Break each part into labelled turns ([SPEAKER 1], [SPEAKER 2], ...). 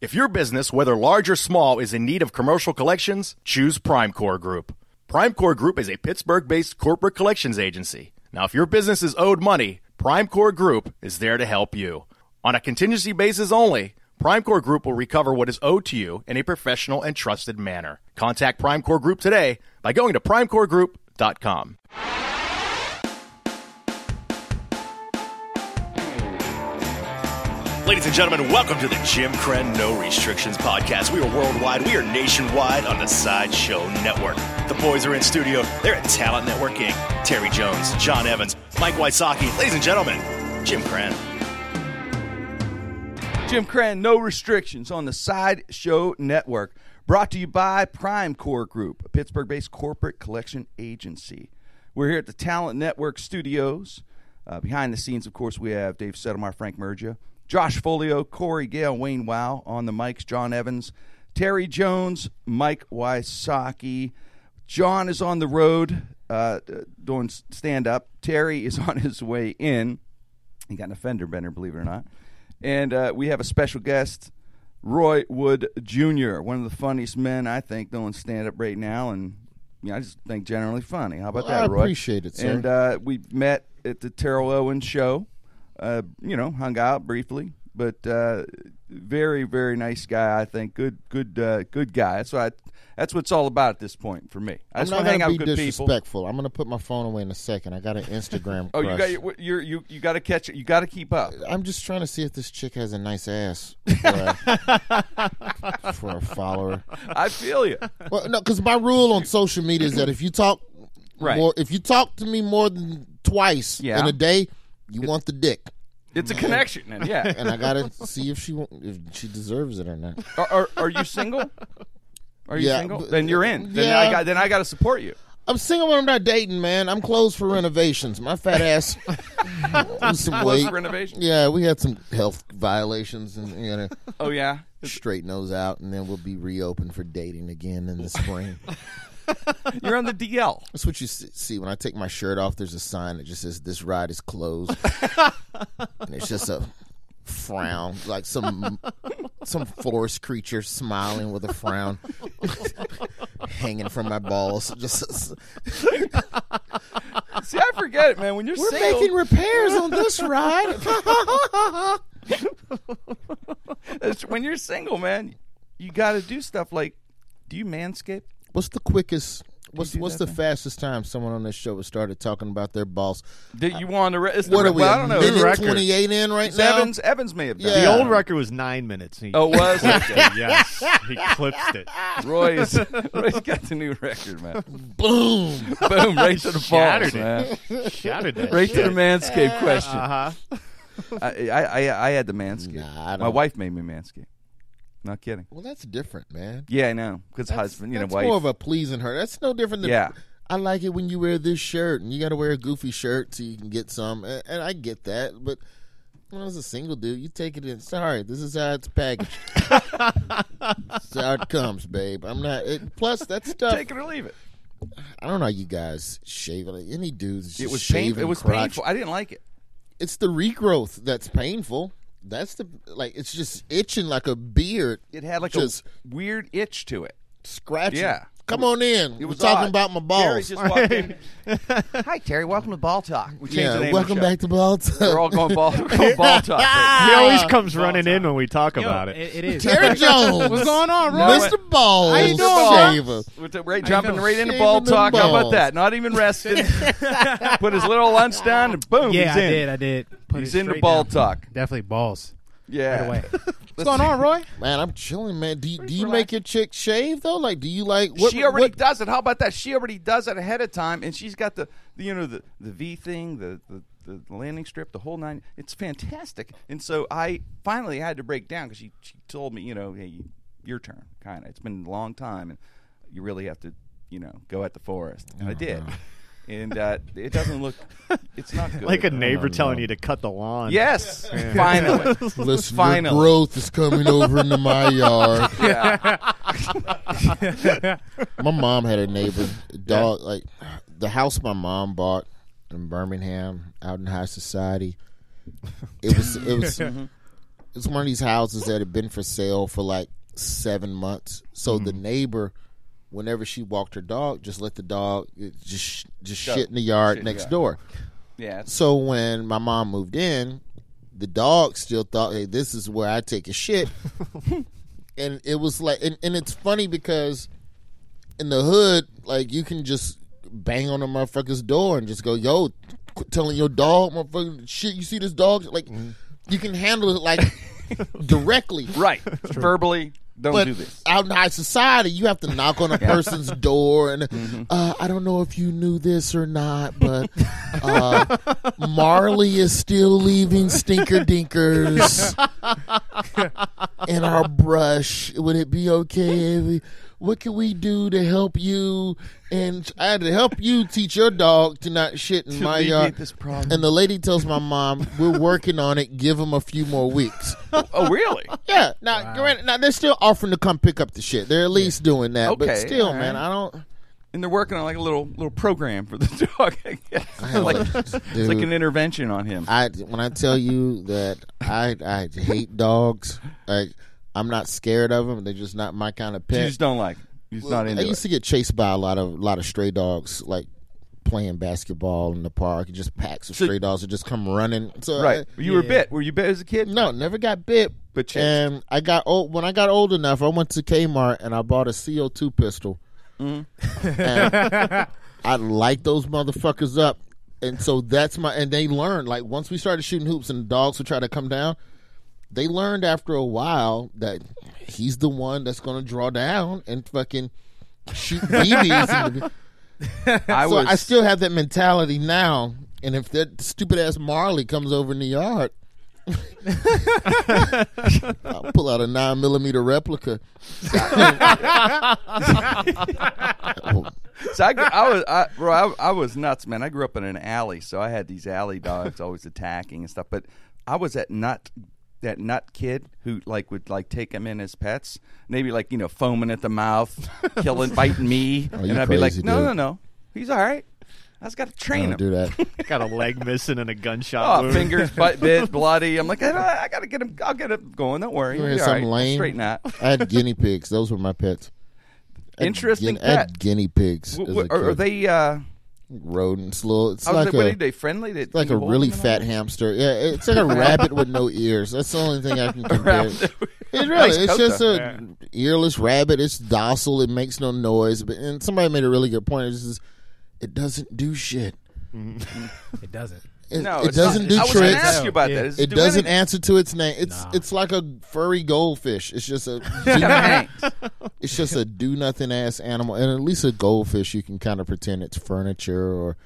[SPEAKER 1] If your business, whether large or small, is in need of commercial collections, choose Primecore Group. Primecore Group is a Pittsburgh based corporate collections agency. Now, if your business is owed money, Primecore Group is there to help you. On a contingency basis only, Primecore Group will recover what is owed to you in a professional and trusted manner. Contact Primecore Group today by going to primecoregroup.com.
[SPEAKER 2] Ladies and gentlemen, welcome to the Jim Crenn No Restrictions Podcast. We are worldwide, we are nationwide on the Sideshow Network. The boys are in studio. They're at Talent Network Inc. Terry Jones, John Evans, Mike Wysocki. Ladies and gentlemen, Jim Crenn.
[SPEAKER 3] Jim Cran, no restrictions on the Sideshow Network. Brought to you by Prime Core Group, a Pittsburgh based corporate collection agency. We're here at the Talent Network Studios. Uh, behind the scenes, of course, we have Dave Settlemar, Frank Mergia, Josh Folio, Corey Gale, Wayne Wow on the mics, John Evans, Terry Jones, Mike Wysocki. John is on the road uh, doing stand up. Terry is on his way in. He got an offender bender, believe it or not. And uh, we have a special guest, Roy Wood Jr., one of the funniest men I think doing stand up right now. And you know, I just think generally funny. How about
[SPEAKER 4] Well, I
[SPEAKER 3] that, Roy?
[SPEAKER 4] appreciate it, sir.
[SPEAKER 3] And uh, we met at the Terrell Owens show. Uh, you know, hung out briefly, but uh, very, very nice guy. I think good, good, uh, good guy. That's what I, that's what it's all about at this point for me. I
[SPEAKER 4] I'm
[SPEAKER 3] just
[SPEAKER 4] not
[SPEAKER 3] want to hang out
[SPEAKER 4] gonna be
[SPEAKER 3] with good people.
[SPEAKER 4] disrespectful. I'm gonna put my phone away in a second. I got an Instagram.
[SPEAKER 3] Oh, you
[SPEAKER 4] crush.
[SPEAKER 3] got your, you're, you you got to catch it. You got to keep up.
[SPEAKER 4] I'm just trying to see if this chick has a nice ass for a, for a follower.
[SPEAKER 3] I feel you.
[SPEAKER 4] Well, no, because my rule on social media is that if you talk
[SPEAKER 3] Right.
[SPEAKER 4] more, if you talk to me more than twice
[SPEAKER 3] Yeah.
[SPEAKER 4] in a day, you want the dick.
[SPEAKER 3] It's a connection, and yeah.
[SPEAKER 4] And I gotta see if she wa- if she deserves it or not.
[SPEAKER 3] Are, are, are you single? Are you
[SPEAKER 4] Yeah,
[SPEAKER 3] single?
[SPEAKER 4] but-
[SPEAKER 3] then you're in. Then I
[SPEAKER 4] yeah.
[SPEAKER 3] got then I got to support you.
[SPEAKER 4] I'm single when I'm not dating, man. I'm closed for renovations. My fat ass lose some
[SPEAKER 3] Close
[SPEAKER 4] weight.
[SPEAKER 3] for renovation.
[SPEAKER 4] Yeah, we had some health violations and you know.
[SPEAKER 3] Oh yeah.
[SPEAKER 4] straighten those out, and then we'll be reopened for dating again in the spring.
[SPEAKER 3] You're on the DL.
[SPEAKER 4] That's what you s- see when I take my shirt off. There's a sign that just says "This ride is closed," and it's just a frown, like some some forest creature smiling with a frown hanging from my balls. Just
[SPEAKER 3] See, I forget it, man. When you're
[SPEAKER 4] we're
[SPEAKER 3] single,
[SPEAKER 4] making repairs on this ride.
[SPEAKER 3] It's- when you're single, man, you got to do stuff like, do you manscape?
[SPEAKER 4] what's the quickest? What's
[SPEAKER 3] do
[SPEAKER 4] what's
[SPEAKER 3] that
[SPEAKER 4] the fastest time someone on this show has started talking about their boss?
[SPEAKER 3] Did you want to? Re- it's the
[SPEAKER 4] What
[SPEAKER 3] re-
[SPEAKER 4] are we?
[SPEAKER 3] well, I don't know.
[SPEAKER 4] a minute
[SPEAKER 5] record.
[SPEAKER 4] twenty eight in right now.
[SPEAKER 3] Evans, Evans may have done.
[SPEAKER 4] Yeah.
[SPEAKER 5] The
[SPEAKER 3] it.
[SPEAKER 5] old record was nine minutes. He
[SPEAKER 3] Oh, it was okay.
[SPEAKER 5] yes, he clipped it.
[SPEAKER 3] Roy's? Roy's got the new record, man.
[SPEAKER 4] Boom.
[SPEAKER 3] Boom, right to the balls,
[SPEAKER 5] Shattered it.
[SPEAKER 3] man.
[SPEAKER 5] Shouted that.
[SPEAKER 3] Right to the manscape question.
[SPEAKER 5] Uh huh.
[SPEAKER 4] uh-huh.
[SPEAKER 3] I, I, I, I had the manscape.
[SPEAKER 4] Nah, I
[SPEAKER 3] My
[SPEAKER 4] don't-
[SPEAKER 3] wife made me manscape. Not kidding.
[SPEAKER 4] Well, that's different, man.
[SPEAKER 3] Yeah, I know. Because husband, you know,
[SPEAKER 4] that's
[SPEAKER 3] wife.
[SPEAKER 4] more of a pleasing her. That's no different than
[SPEAKER 3] Yeah.
[SPEAKER 4] I like it when you wear this shirt, and you got to wear a goofy shirt so you can get some. And, and I get that, but when I was a single dude, you take it in. Sorry, this is how it's packaged. That's how it comes, babe. I'm not. It, plus, that stuff.
[SPEAKER 3] Take it or leave it.
[SPEAKER 4] I don't know. how You guys shave like any dudes. Just
[SPEAKER 3] It was
[SPEAKER 4] shaving
[SPEAKER 3] painful. It was
[SPEAKER 4] crotch.
[SPEAKER 3] painful. I didn't like it.
[SPEAKER 4] It's the regrowth that's painful. That's the like. It's just itching like a beard.
[SPEAKER 3] It had like
[SPEAKER 4] just
[SPEAKER 3] a weird itch to it.
[SPEAKER 4] scratching.
[SPEAKER 3] Yeah.
[SPEAKER 4] Come on in.
[SPEAKER 3] It was
[SPEAKER 4] We're talking
[SPEAKER 3] odd.
[SPEAKER 4] about my
[SPEAKER 3] Terry
[SPEAKER 4] balls.
[SPEAKER 3] just walked in. Hi, Terry. Welcome to Ball Talk. We changed the name of
[SPEAKER 4] welcome
[SPEAKER 3] the show.
[SPEAKER 4] back to Ball
[SPEAKER 3] We're all going ball, we're going ball talk. right
[SPEAKER 5] He always comes running in when we talk
[SPEAKER 6] Yo,
[SPEAKER 5] about it.
[SPEAKER 6] It, it is.
[SPEAKER 4] Terry Jones. What's going on,
[SPEAKER 3] Roy?
[SPEAKER 4] Mr. Balls.
[SPEAKER 3] now.
[SPEAKER 4] Shaver.
[SPEAKER 3] We're t- right, jumping right into
[SPEAKER 4] Shaving
[SPEAKER 3] ball
[SPEAKER 4] them
[SPEAKER 3] talk. How about
[SPEAKER 4] balls.
[SPEAKER 3] that? Not even resting. Put his little lunch down and boom,
[SPEAKER 6] yeah,
[SPEAKER 3] he's
[SPEAKER 6] I
[SPEAKER 3] in.
[SPEAKER 6] did. I did. Put
[SPEAKER 3] He's
[SPEAKER 6] it
[SPEAKER 3] into
[SPEAKER 6] straight
[SPEAKER 3] ball
[SPEAKER 6] down.
[SPEAKER 3] talk.
[SPEAKER 6] Definitely balls.
[SPEAKER 3] Yeah.
[SPEAKER 6] Right away.
[SPEAKER 3] What's going on, Roy?
[SPEAKER 4] Man, I'm chilling, man. Do you, do you make your chick shave though? Like, do you like? What,
[SPEAKER 3] she already
[SPEAKER 4] what-
[SPEAKER 3] does it. How about that? She already does it ahead of time, and she's got the, the you know the the V thing, the, the the landing strip, the whole nine. It's fantastic. And so I finally had to break down because she she told me, you know, hey, you- your turn, kind of. It's been a long time, and you really have to, you know, go at the forest. And I did.
[SPEAKER 4] Uh-huh.
[SPEAKER 3] And uh, it doesn't look. It's not good.
[SPEAKER 5] Like a neighbor
[SPEAKER 4] no.
[SPEAKER 5] telling you to cut the lawn.
[SPEAKER 3] Yes, finally.
[SPEAKER 4] Listen,
[SPEAKER 3] Finally.
[SPEAKER 4] your growth is coming over into my yard.
[SPEAKER 3] Yeah.
[SPEAKER 4] my mom had a neighbor a dog like the house my mom bought
[SPEAKER 3] Mm-hmm.
[SPEAKER 4] in Birmingham out in high society. It was it was it's one of these houses that had been for sale for like seven months. So
[SPEAKER 3] Mm-hmm.
[SPEAKER 4] the neighbor, whenever she walked her dog, just let the dog it just just shit in the yard
[SPEAKER 3] Shit in the
[SPEAKER 4] next
[SPEAKER 3] yard.
[SPEAKER 4] door.
[SPEAKER 3] Yeah. it's-
[SPEAKER 4] So when my mom moved in, the dog still thought, "Hey, this is where I take a shit," and it was like, and, and it's funny because in the hood, like you can just bang on a motherfucker's door and just go, "Yo," quit telling your dog, "Motherfucking shit, you see this dog?" Like you can handle it like directly,
[SPEAKER 3] Right. Verbally, don't
[SPEAKER 4] but
[SPEAKER 3] do this.
[SPEAKER 4] out in high society, you have to knock on a person's door, and
[SPEAKER 3] Mm-hmm.
[SPEAKER 4] uh, I don't know if you knew this or not, but uh, Marley is still leaving stinker dinkers in our brush. Would it be okay? If we, what can we do to help you? And I had to help you teach your dog to not shit in my yard.
[SPEAKER 3] problem.
[SPEAKER 4] And the lady tells my mom, "We're working on it. Give him a few more weeks."
[SPEAKER 3] oh, really?
[SPEAKER 4] Yeah. Now, granted, now they're still offering to come pick up the shit. They're at least doing that. but
[SPEAKER 3] Okay,
[SPEAKER 4] still,
[SPEAKER 3] all right.
[SPEAKER 4] man, I don't.
[SPEAKER 3] And they're working on like a little little program for the dog. I guess.
[SPEAKER 4] I
[SPEAKER 3] like,
[SPEAKER 4] like-
[SPEAKER 3] it's
[SPEAKER 4] dude.
[SPEAKER 3] like an intervention on him.
[SPEAKER 4] I when I tell you that I I hate dogs. Like I'm not scared of them. They're just not my kind of
[SPEAKER 3] you
[SPEAKER 4] pet.
[SPEAKER 3] just don't like. it. You're just not
[SPEAKER 4] I
[SPEAKER 3] into
[SPEAKER 4] used
[SPEAKER 3] it.
[SPEAKER 4] to get chased by a lot of lot of stray dogs, like playing basketball in the park. And just packs of
[SPEAKER 3] So-
[SPEAKER 4] stray dogs would just come running. So uh,
[SPEAKER 3] Right.
[SPEAKER 4] I-
[SPEAKER 3] You were bit. Were you bit as a kid?
[SPEAKER 4] no, never got bit.
[SPEAKER 3] But chased.
[SPEAKER 4] and I got old when I got old enough. I went to Kmart and I bought a CO2 pistol. And I light those motherfuckers up, and so that's my. And they learned like once we started shooting hoops and the dogs would try to come down. They learned after a while that he's the one that's going to draw down and fucking shoot BBs. in the-
[SPEAKER 3] I
[SPEAKER 4] so
[SPEAKER 3] was.
[SPEAKER 4] I still have that mentality now. And if that stupid ass Marley comes over in the yard, I'll pull out a nine millimeter replica. Oh,
[SPEAKER 3] So I, gr- I was, I, bro, I, I was nuts, man. I grew up in an alley, so I had these alley dogs always attacking and stuff. But I was that nut, that nut kid who like would like take them in as pets, maybe like you know foaming at the mouth, killing, biting me,
[SPEAKER 4] you
[SPEAKER 3] and I'd be like,
[SPEAKER 4] crazy,
[SPEAKER 3] no,
[SPEAKER 4] dude.
[SPEAKER 3] no, no, he's all right. I just got to train
[SPEAKER 4] Don't
[SPEAKER 3] him.
[SPEAKER 4] do that.
[SPEAKER 5] Got a leg missing and a gunshot
[SPEAKER 3] Oh,
[SPEAKER 5] wound.
[SPEAKER 3] fingers butt bit, bloody. I'm like, I, I gotta get him. I'll get him going. Don't worry.
[SPEAKER 4] You
[SPEAKER 3] He'll
[SPEAKER 4] had
[SPEAKER 3] be all
[SPEAKER 4] something
[SPEAKER 3] right.
[SPEAKER 4] lame.
[SPEAKER 3] Straighten out.
[SPEAKER 4] I had guinea pigs. Those were my pets. I had
[SPEAKER 3] Interesting
[SPEAKER 4] guinea- I had
[SPEAKER 3] pet.
[SPEAKER 4] guinea pigs.
[SPEAKER 3] W-
[SPEAKER 4] as
[SPEAKER 3] w-
[SPEAKER 4] a
[SPEAKER 3] Are, are
[SPEAKER 4] kid.
[SPEAKER 3] they? Uh,
[SPEAKER 4] rodents? Little. It's
[SPEAKER 3] I was
[SPEAKER 4] like,
[SPEAKER 3] like, what
[SPEAKER 4] a
[SPEAKER 3] are they friendly? They,
[SPEAKER 4] like
[SPEAKER 3] you
[SPEAKER 4] a
[SPEAKER 3] hold
[SPEAKER 4] really
[SPEAKER 3] them and
[SPEAKER 4] fat hamster. Yeah, it's like a rabbit with no ears. That's the only thing I can compare.
[SPEAKER 3] rabbit
[SPEAKER 4] it
[SPEAKER 3] with-
[SPEAKER 4] really,
[SPEAKER 3] Nice
[SPEAKER 4] it's
[SPEAKER 3] coat,
[SPEAKER 4] just
[SPEAKER 3] though.
[SPEAKER 4] a earless rabbit. It's docile. It makes no noise. But and somebody made a really good point. It's just, it doesn't do shit.
[SPEAKER 6] Mm-hmm. It doesn't.
[SPEAKER 4] It,
[SPEAKER 3] No,
[SPEAKER 4] it
[SPEAKER 3] it's
[SPEAKER 4] doesn't
[SPEAKER 6] not.
[SPEAKER 4] do
[SPEAKER 3] I was going to
[SPEAKER 4] tricks.
[SPEAKER 3] ask you about
[SPEAKER 6] Yeah.
[SPEAKER 3] that. Does
[SPEAKER 4] It
[SPEAKER 3] do
[SPEAKER 4] doesn't
[SPEAKER 3] anything?
[SPEAKER 4] answer to its name. It's it's like a furry goldfish. It's just a
[SPEAKER 3] Kinda hangs.
[SPEAKER 4] it's just a do nothing ass animal. And at least a goldfish, you can kind of pretend it's furniture or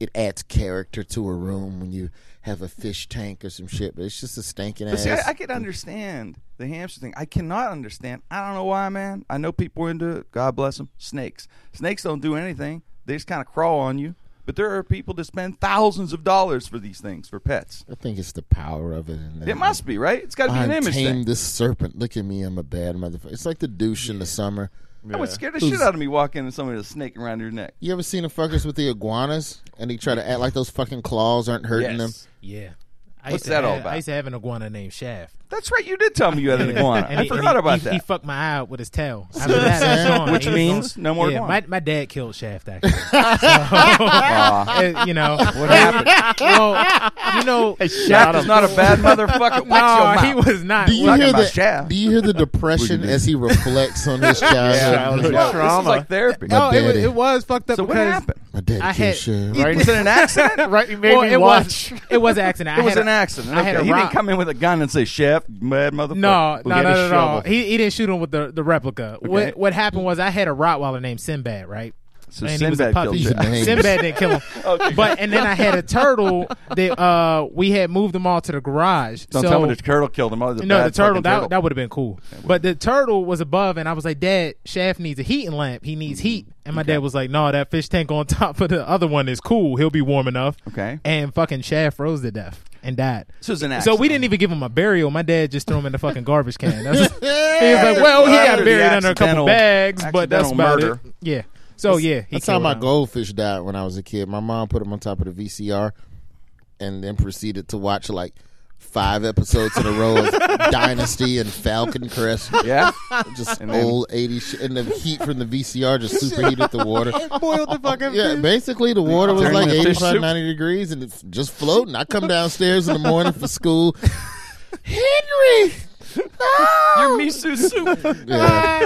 [SPEAKER 4] it adds character to a room when you have a fish tank or some shit. But it's just a stinking
[SPEAKER 3] But
[SPEAKER 4] ass.
[SPEAKER 3] see, I, I can understand the hamster thing. I cannot understand. I don't know why, man. I know people are into it. God bless them. Snakes. Snakes don't do anything. They just kind of crawl on you. But there are people that spend thousands of dollars for these things for pets.
[SPEAKER 4] I think it's the power of it. And
[SPEAKER 3] It must be right. It's got to be an
[SPEAKER 4] I
[SPEAKER 3] image thing.
[SPEAKER 4] tamed this serpent. Look at me, I'm a bad motherfucker. It's like the douche in the summer.
[SPEAKER 3] That would scare the
[SPEAKER 4] Who's-
[SPEAKER 3] shit out of me walking into somebody with a snake around their neck.
[SPEAKER 4] You ever seen the fuckers with the iguanas and they try to act like those fucking claws aren't
[SPEAKER 3] Yes.
[SPEAKER 4] hurting them?
[SPEAKER 6] Yeah. I
[SPEAKER 3] What's
[SPEAKER 6] used to
[SPEAKER 3] that all
[SPEAKER 6] have-
[SPEAKER 3] about?
[SPEAKER 6] I used to have an iguana named Shaft.
[SPEAKER 3] That's right. You did tell me you had an iguana.
[SPEAKER 6] And
[SPEAKER 3] I
[SPEAKER 6] he-
[SPEAKER 3] forgot
[SPEAKER 6] and he-
[SPEAKER 3] about
[SPEAKER 6] he,
[SPEAKER 3] that.
[SPEAKER 6] He fucked my eye out with his tail. After that, it's gone.
[SPEAKER 3] Which
[SPEAKER 6] It's
[SPEAKER 3] means
[SPEAKER 6] gone.
[SPEAKER 3] no more
[SPEAKER 6] Yeah,
[SPEAKER 3] iguana.
[SPEAKER 6] my, my dad killed Shaft, actually.
[SPEAKER 3] Aw.
[SPEAKER 6] Uh, you know.
[SPEAKER 3] what happened?
[SPEAKER 6] well, you know.
[SPEAKER 3] Shaft is not a bad motherfucker. Watch your
[SPEAKER 6] No,
[SPEAKER 3] mouth.
[SPEAKER 6] he was not.
[SPEAKER 4] Do you
[SPEAKER 3] Talking
[SPEAKER 4] hear
[SPEAKER 3] about
[SPEAKER 4] the
[SPEAKER 3] Shaft.
[SPEAKER 4] Do you hear the depression as he reflects on his childhood?
[SPEAKER 3] Well, This is
[SPEAKER 5] Trauma.
[SPEAKER 3] like therapy.
[SPEAKER 4] My
[SPEAKER 6] no, it was,
[SPEAKER 4] daddy.
[SPEAKER 6] it was fucked up.
[SPEAKER 3] So what
[SPEAKER 6] because-
[SPEAKER 3] happened?
[SPEAKER 4] My daddy
[SPEAKER 6] I
[SPEAKER 4] I had,
[SPEAKER 6] had-
[SPEAKER 4] shit.
[SPEAKER 3] Was it an accident?
[SPEAKER 5] Right, you made
[SPEAKER 6] Well,
[SPEAKER 5] me
[SPEAKER 6] it
[SPEAKER 5] watch.
[SPEAKER 6] was. It was an accident.
[SPEAKER 3] It
[SPEAKER 6] I
[SPEAKER 3] was
[SPEAKER 6] had
[SPEAKER 3] an
[SPEAKER 6] a-
[SPEAKER 3] accident.
[SPEAKER 6] I had
[SPEAKER 3] Okay.
[SPEAKER 6] a
[SPEAKER 3] He didn't
[SPEAKER 6] rock-
[SPEAKER 3] come in with a gun and say, "Chef, mad motherfucker."
[SPEAKER 6] No,
[SPEAKER 5] get
[SPEAKER 6] no, no,
[SPEAKER 5] a
[SPEAKER 6] no,
[SPEAKER 5] shovel.
[SPEAKER 6] no. He, he didn't shoot him with the, the replica.
[SPEAKER 3] Okay.
[SPEAKER 6] What what happened was I had a Rottweiler named Sinbad, right?
[SPEAKER 3] So
[SPEAKER 6] and he was a
[SPEAKER 3] Sinbad
[SPEAKER 6] puppy.
[SPEAKER 3] killed
[SPEAKER 4] These
[SPEAKER 3] Shaft.
[SPEAKER 4] names.
[SPEAKER 6] Sinbad didn't kill him. But and then I had a turtle that uh, we had moved them all to the garage.
[SPEAKER 3] Don't
[SPEAKER 6] so
[SPEAKER 3] tell me the turtle killed him. Oh, he's a
[SPEAKER 6] no,
[SPEAKER 3] bad
[SPEAKER 6] the turtle
[SPEAKER 3] fucking
[SPEAKER 6] that that would have been cool. But the turtle was above, and I was like, "Dad, Shaft needs a heating lamp. He needs
[SPEAKER 3] Mm-hmm.
[SPEAKER 6] heat." And my dad was like, "No, that fish tank on top of the other one is cool. He'll be warm enough."
[SPEAKER 3] Okay.
[SPEAKER 6] And fucking Shaft froze to death and died.
[SPEAKER 3] This was an
[SPEAKER 6] So
[SPEAKER 3] accident.
[SPEAKER 6] we didn't even give him a burial. My dad just threw him in the fucking garbage can. That's, he was like, "Well, he got
[SPEAKER 3] Under the
[SPEAKER 6] buried under a
[SPEAKER 3] accidental-
[SPEAKER 6] couple bags, but that's
[SPEAKER 3] accidental
[SPEAKER 6] about
[SPEAKER 3] murder.
[SPEAKER 6] it." Yeah. So yeah, he
[SPEAKER 4] That's how
[SPEAKER 6] killed
[SPEAKER 4] my
[SPEAKER 6] him.
[SPEAKER 4] goldfish died when I was a kid. My mom put him on top of the VCR and then proceeded to watch like five episodes in a row of Dynasty and Falcon Crest.
[SPEAKER 3] Yeah.
[SPEAKER 4] Just
[SPEAKER 3] then-
[SPEAKER 4] old 80 shit. And the heat from the VCR just superheated the water.
[SPEAKER 6] Boiled the fucking
[SPEAKER 4] Yeah, basically the water was
[SPEAKER 3] Turn
[SPEAKER 4] like
[SPEAKER 3] the fish
[SPEAKER 4] 85,
[SPEAKER 3] soup.
[SPEAKER 4] 90 degrees and it's just floating. I come downstairs in the morning for school. Henry!
[SPEAKER 7] Your miso soup.
[SPEAKER 6] Ah,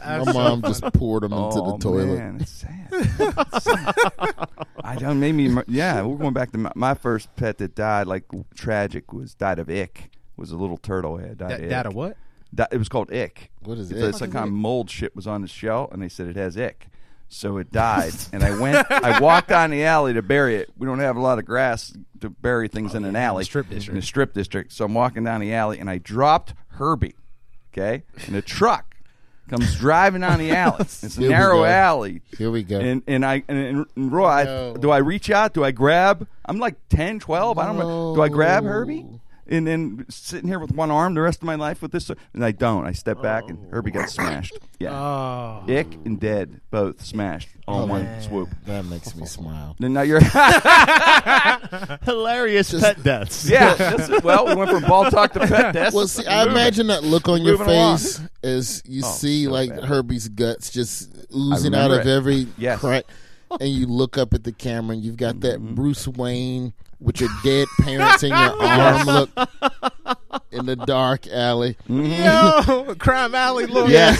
[SPEAKER 4] Yeah. My mom just poured them into the
[SPEAKER 3] Oh,
[SPEAKER 4] toilet.
[SPEAKER 3] Man, it's sad. It's sad. I don't made me. Yeah, we're going back to my, my first pet that died like tragic was died of ick. Was a little turtle head. Died,
[SPEAKER 6] That,
[SPEAKER 3] of
[SPEAKER 6] that
[SPEAKER 3] ick.
[SPEAKER 6] a what?
[SPEAKER 3] Di- it was called ick.
[SPEAKER 4] What is
[SPEAKER 3] It's
[SPEAKER 4] ick?
[SPEAKER 3] It's like kind of mold shit was on the shell, and they said it has ick. So it died, and I went. I walked down the alley to bury it. We don't have a lot of grass to bury
[SPEAKER 6] Oh,
[SPEAKER 3] things in an alley.
[SPEAKER 6] strip district.
[SPEAKER 3] In a strip district. So I'm walking down the alley, and I dropped Herbie. Okay, and a truck comes driving down the alley. It's a
[SPEAKER 4] Here we
[SPEAKER 3] narrow
[SPEAKER 4] go.
[SPEAKER 3] alley.
[SPEAKER 4] Here we go.
[SPEAKER 3] And and I and, and Roy, I-
[SPEAKER 4] No.
[SPEAKER 3] do I reach out? Do I grab? I'm like 10, 12. I don't know. Do I grab
[SPEAKER 4] No.
[SPEAKER 3] Herbie? And then sitting here with one arm the rest of my life with this, and I don't. I step back
[SPEAKER 4] Oh.
[SPEAKER 3] and Herbie got smashed. Yeah,
[SPEAKER 4] Ah.
[SPEAKER 6] Oh,
[SPEAKER 3] Ick and Dead both smashed
[SPEAKER 4] Oh,
[SPEAKER 3] all in one swoop.
[SPEAKER 4] That makes me smile.
[SPEAKER 3] Then now you're
[SPEAKER 5] Hilarious pet deaths.
[SPEAKER 3] yeah. that's- well, we went from ball talk to pet death.
[SPEAKER 4] Well, see, I imagine that look on your
[SPEAKER 3] Moving along. Oh,
[SPEAKER 4] face as you see like Herbie's guts just oozing
[SPEAKER 3] I
[SPEAKER 4] out
[SPEAKER 3] remember
[SPEAKER 4] of
[SPEAKER 3] it.
[SPEAKER 4] every
[SPEAKER 3] Yes. Mm-hmm.
[SPEAKER 4] crack, and you look up at the camera and you've got that Bruce Wayne with your dead parents in your arm look in the dark alley.
[SPEAKER 3] Mm-hmm.
[SPEAKER 6] yo, Crime Alley look.
[SPEAKER 4] Yeah,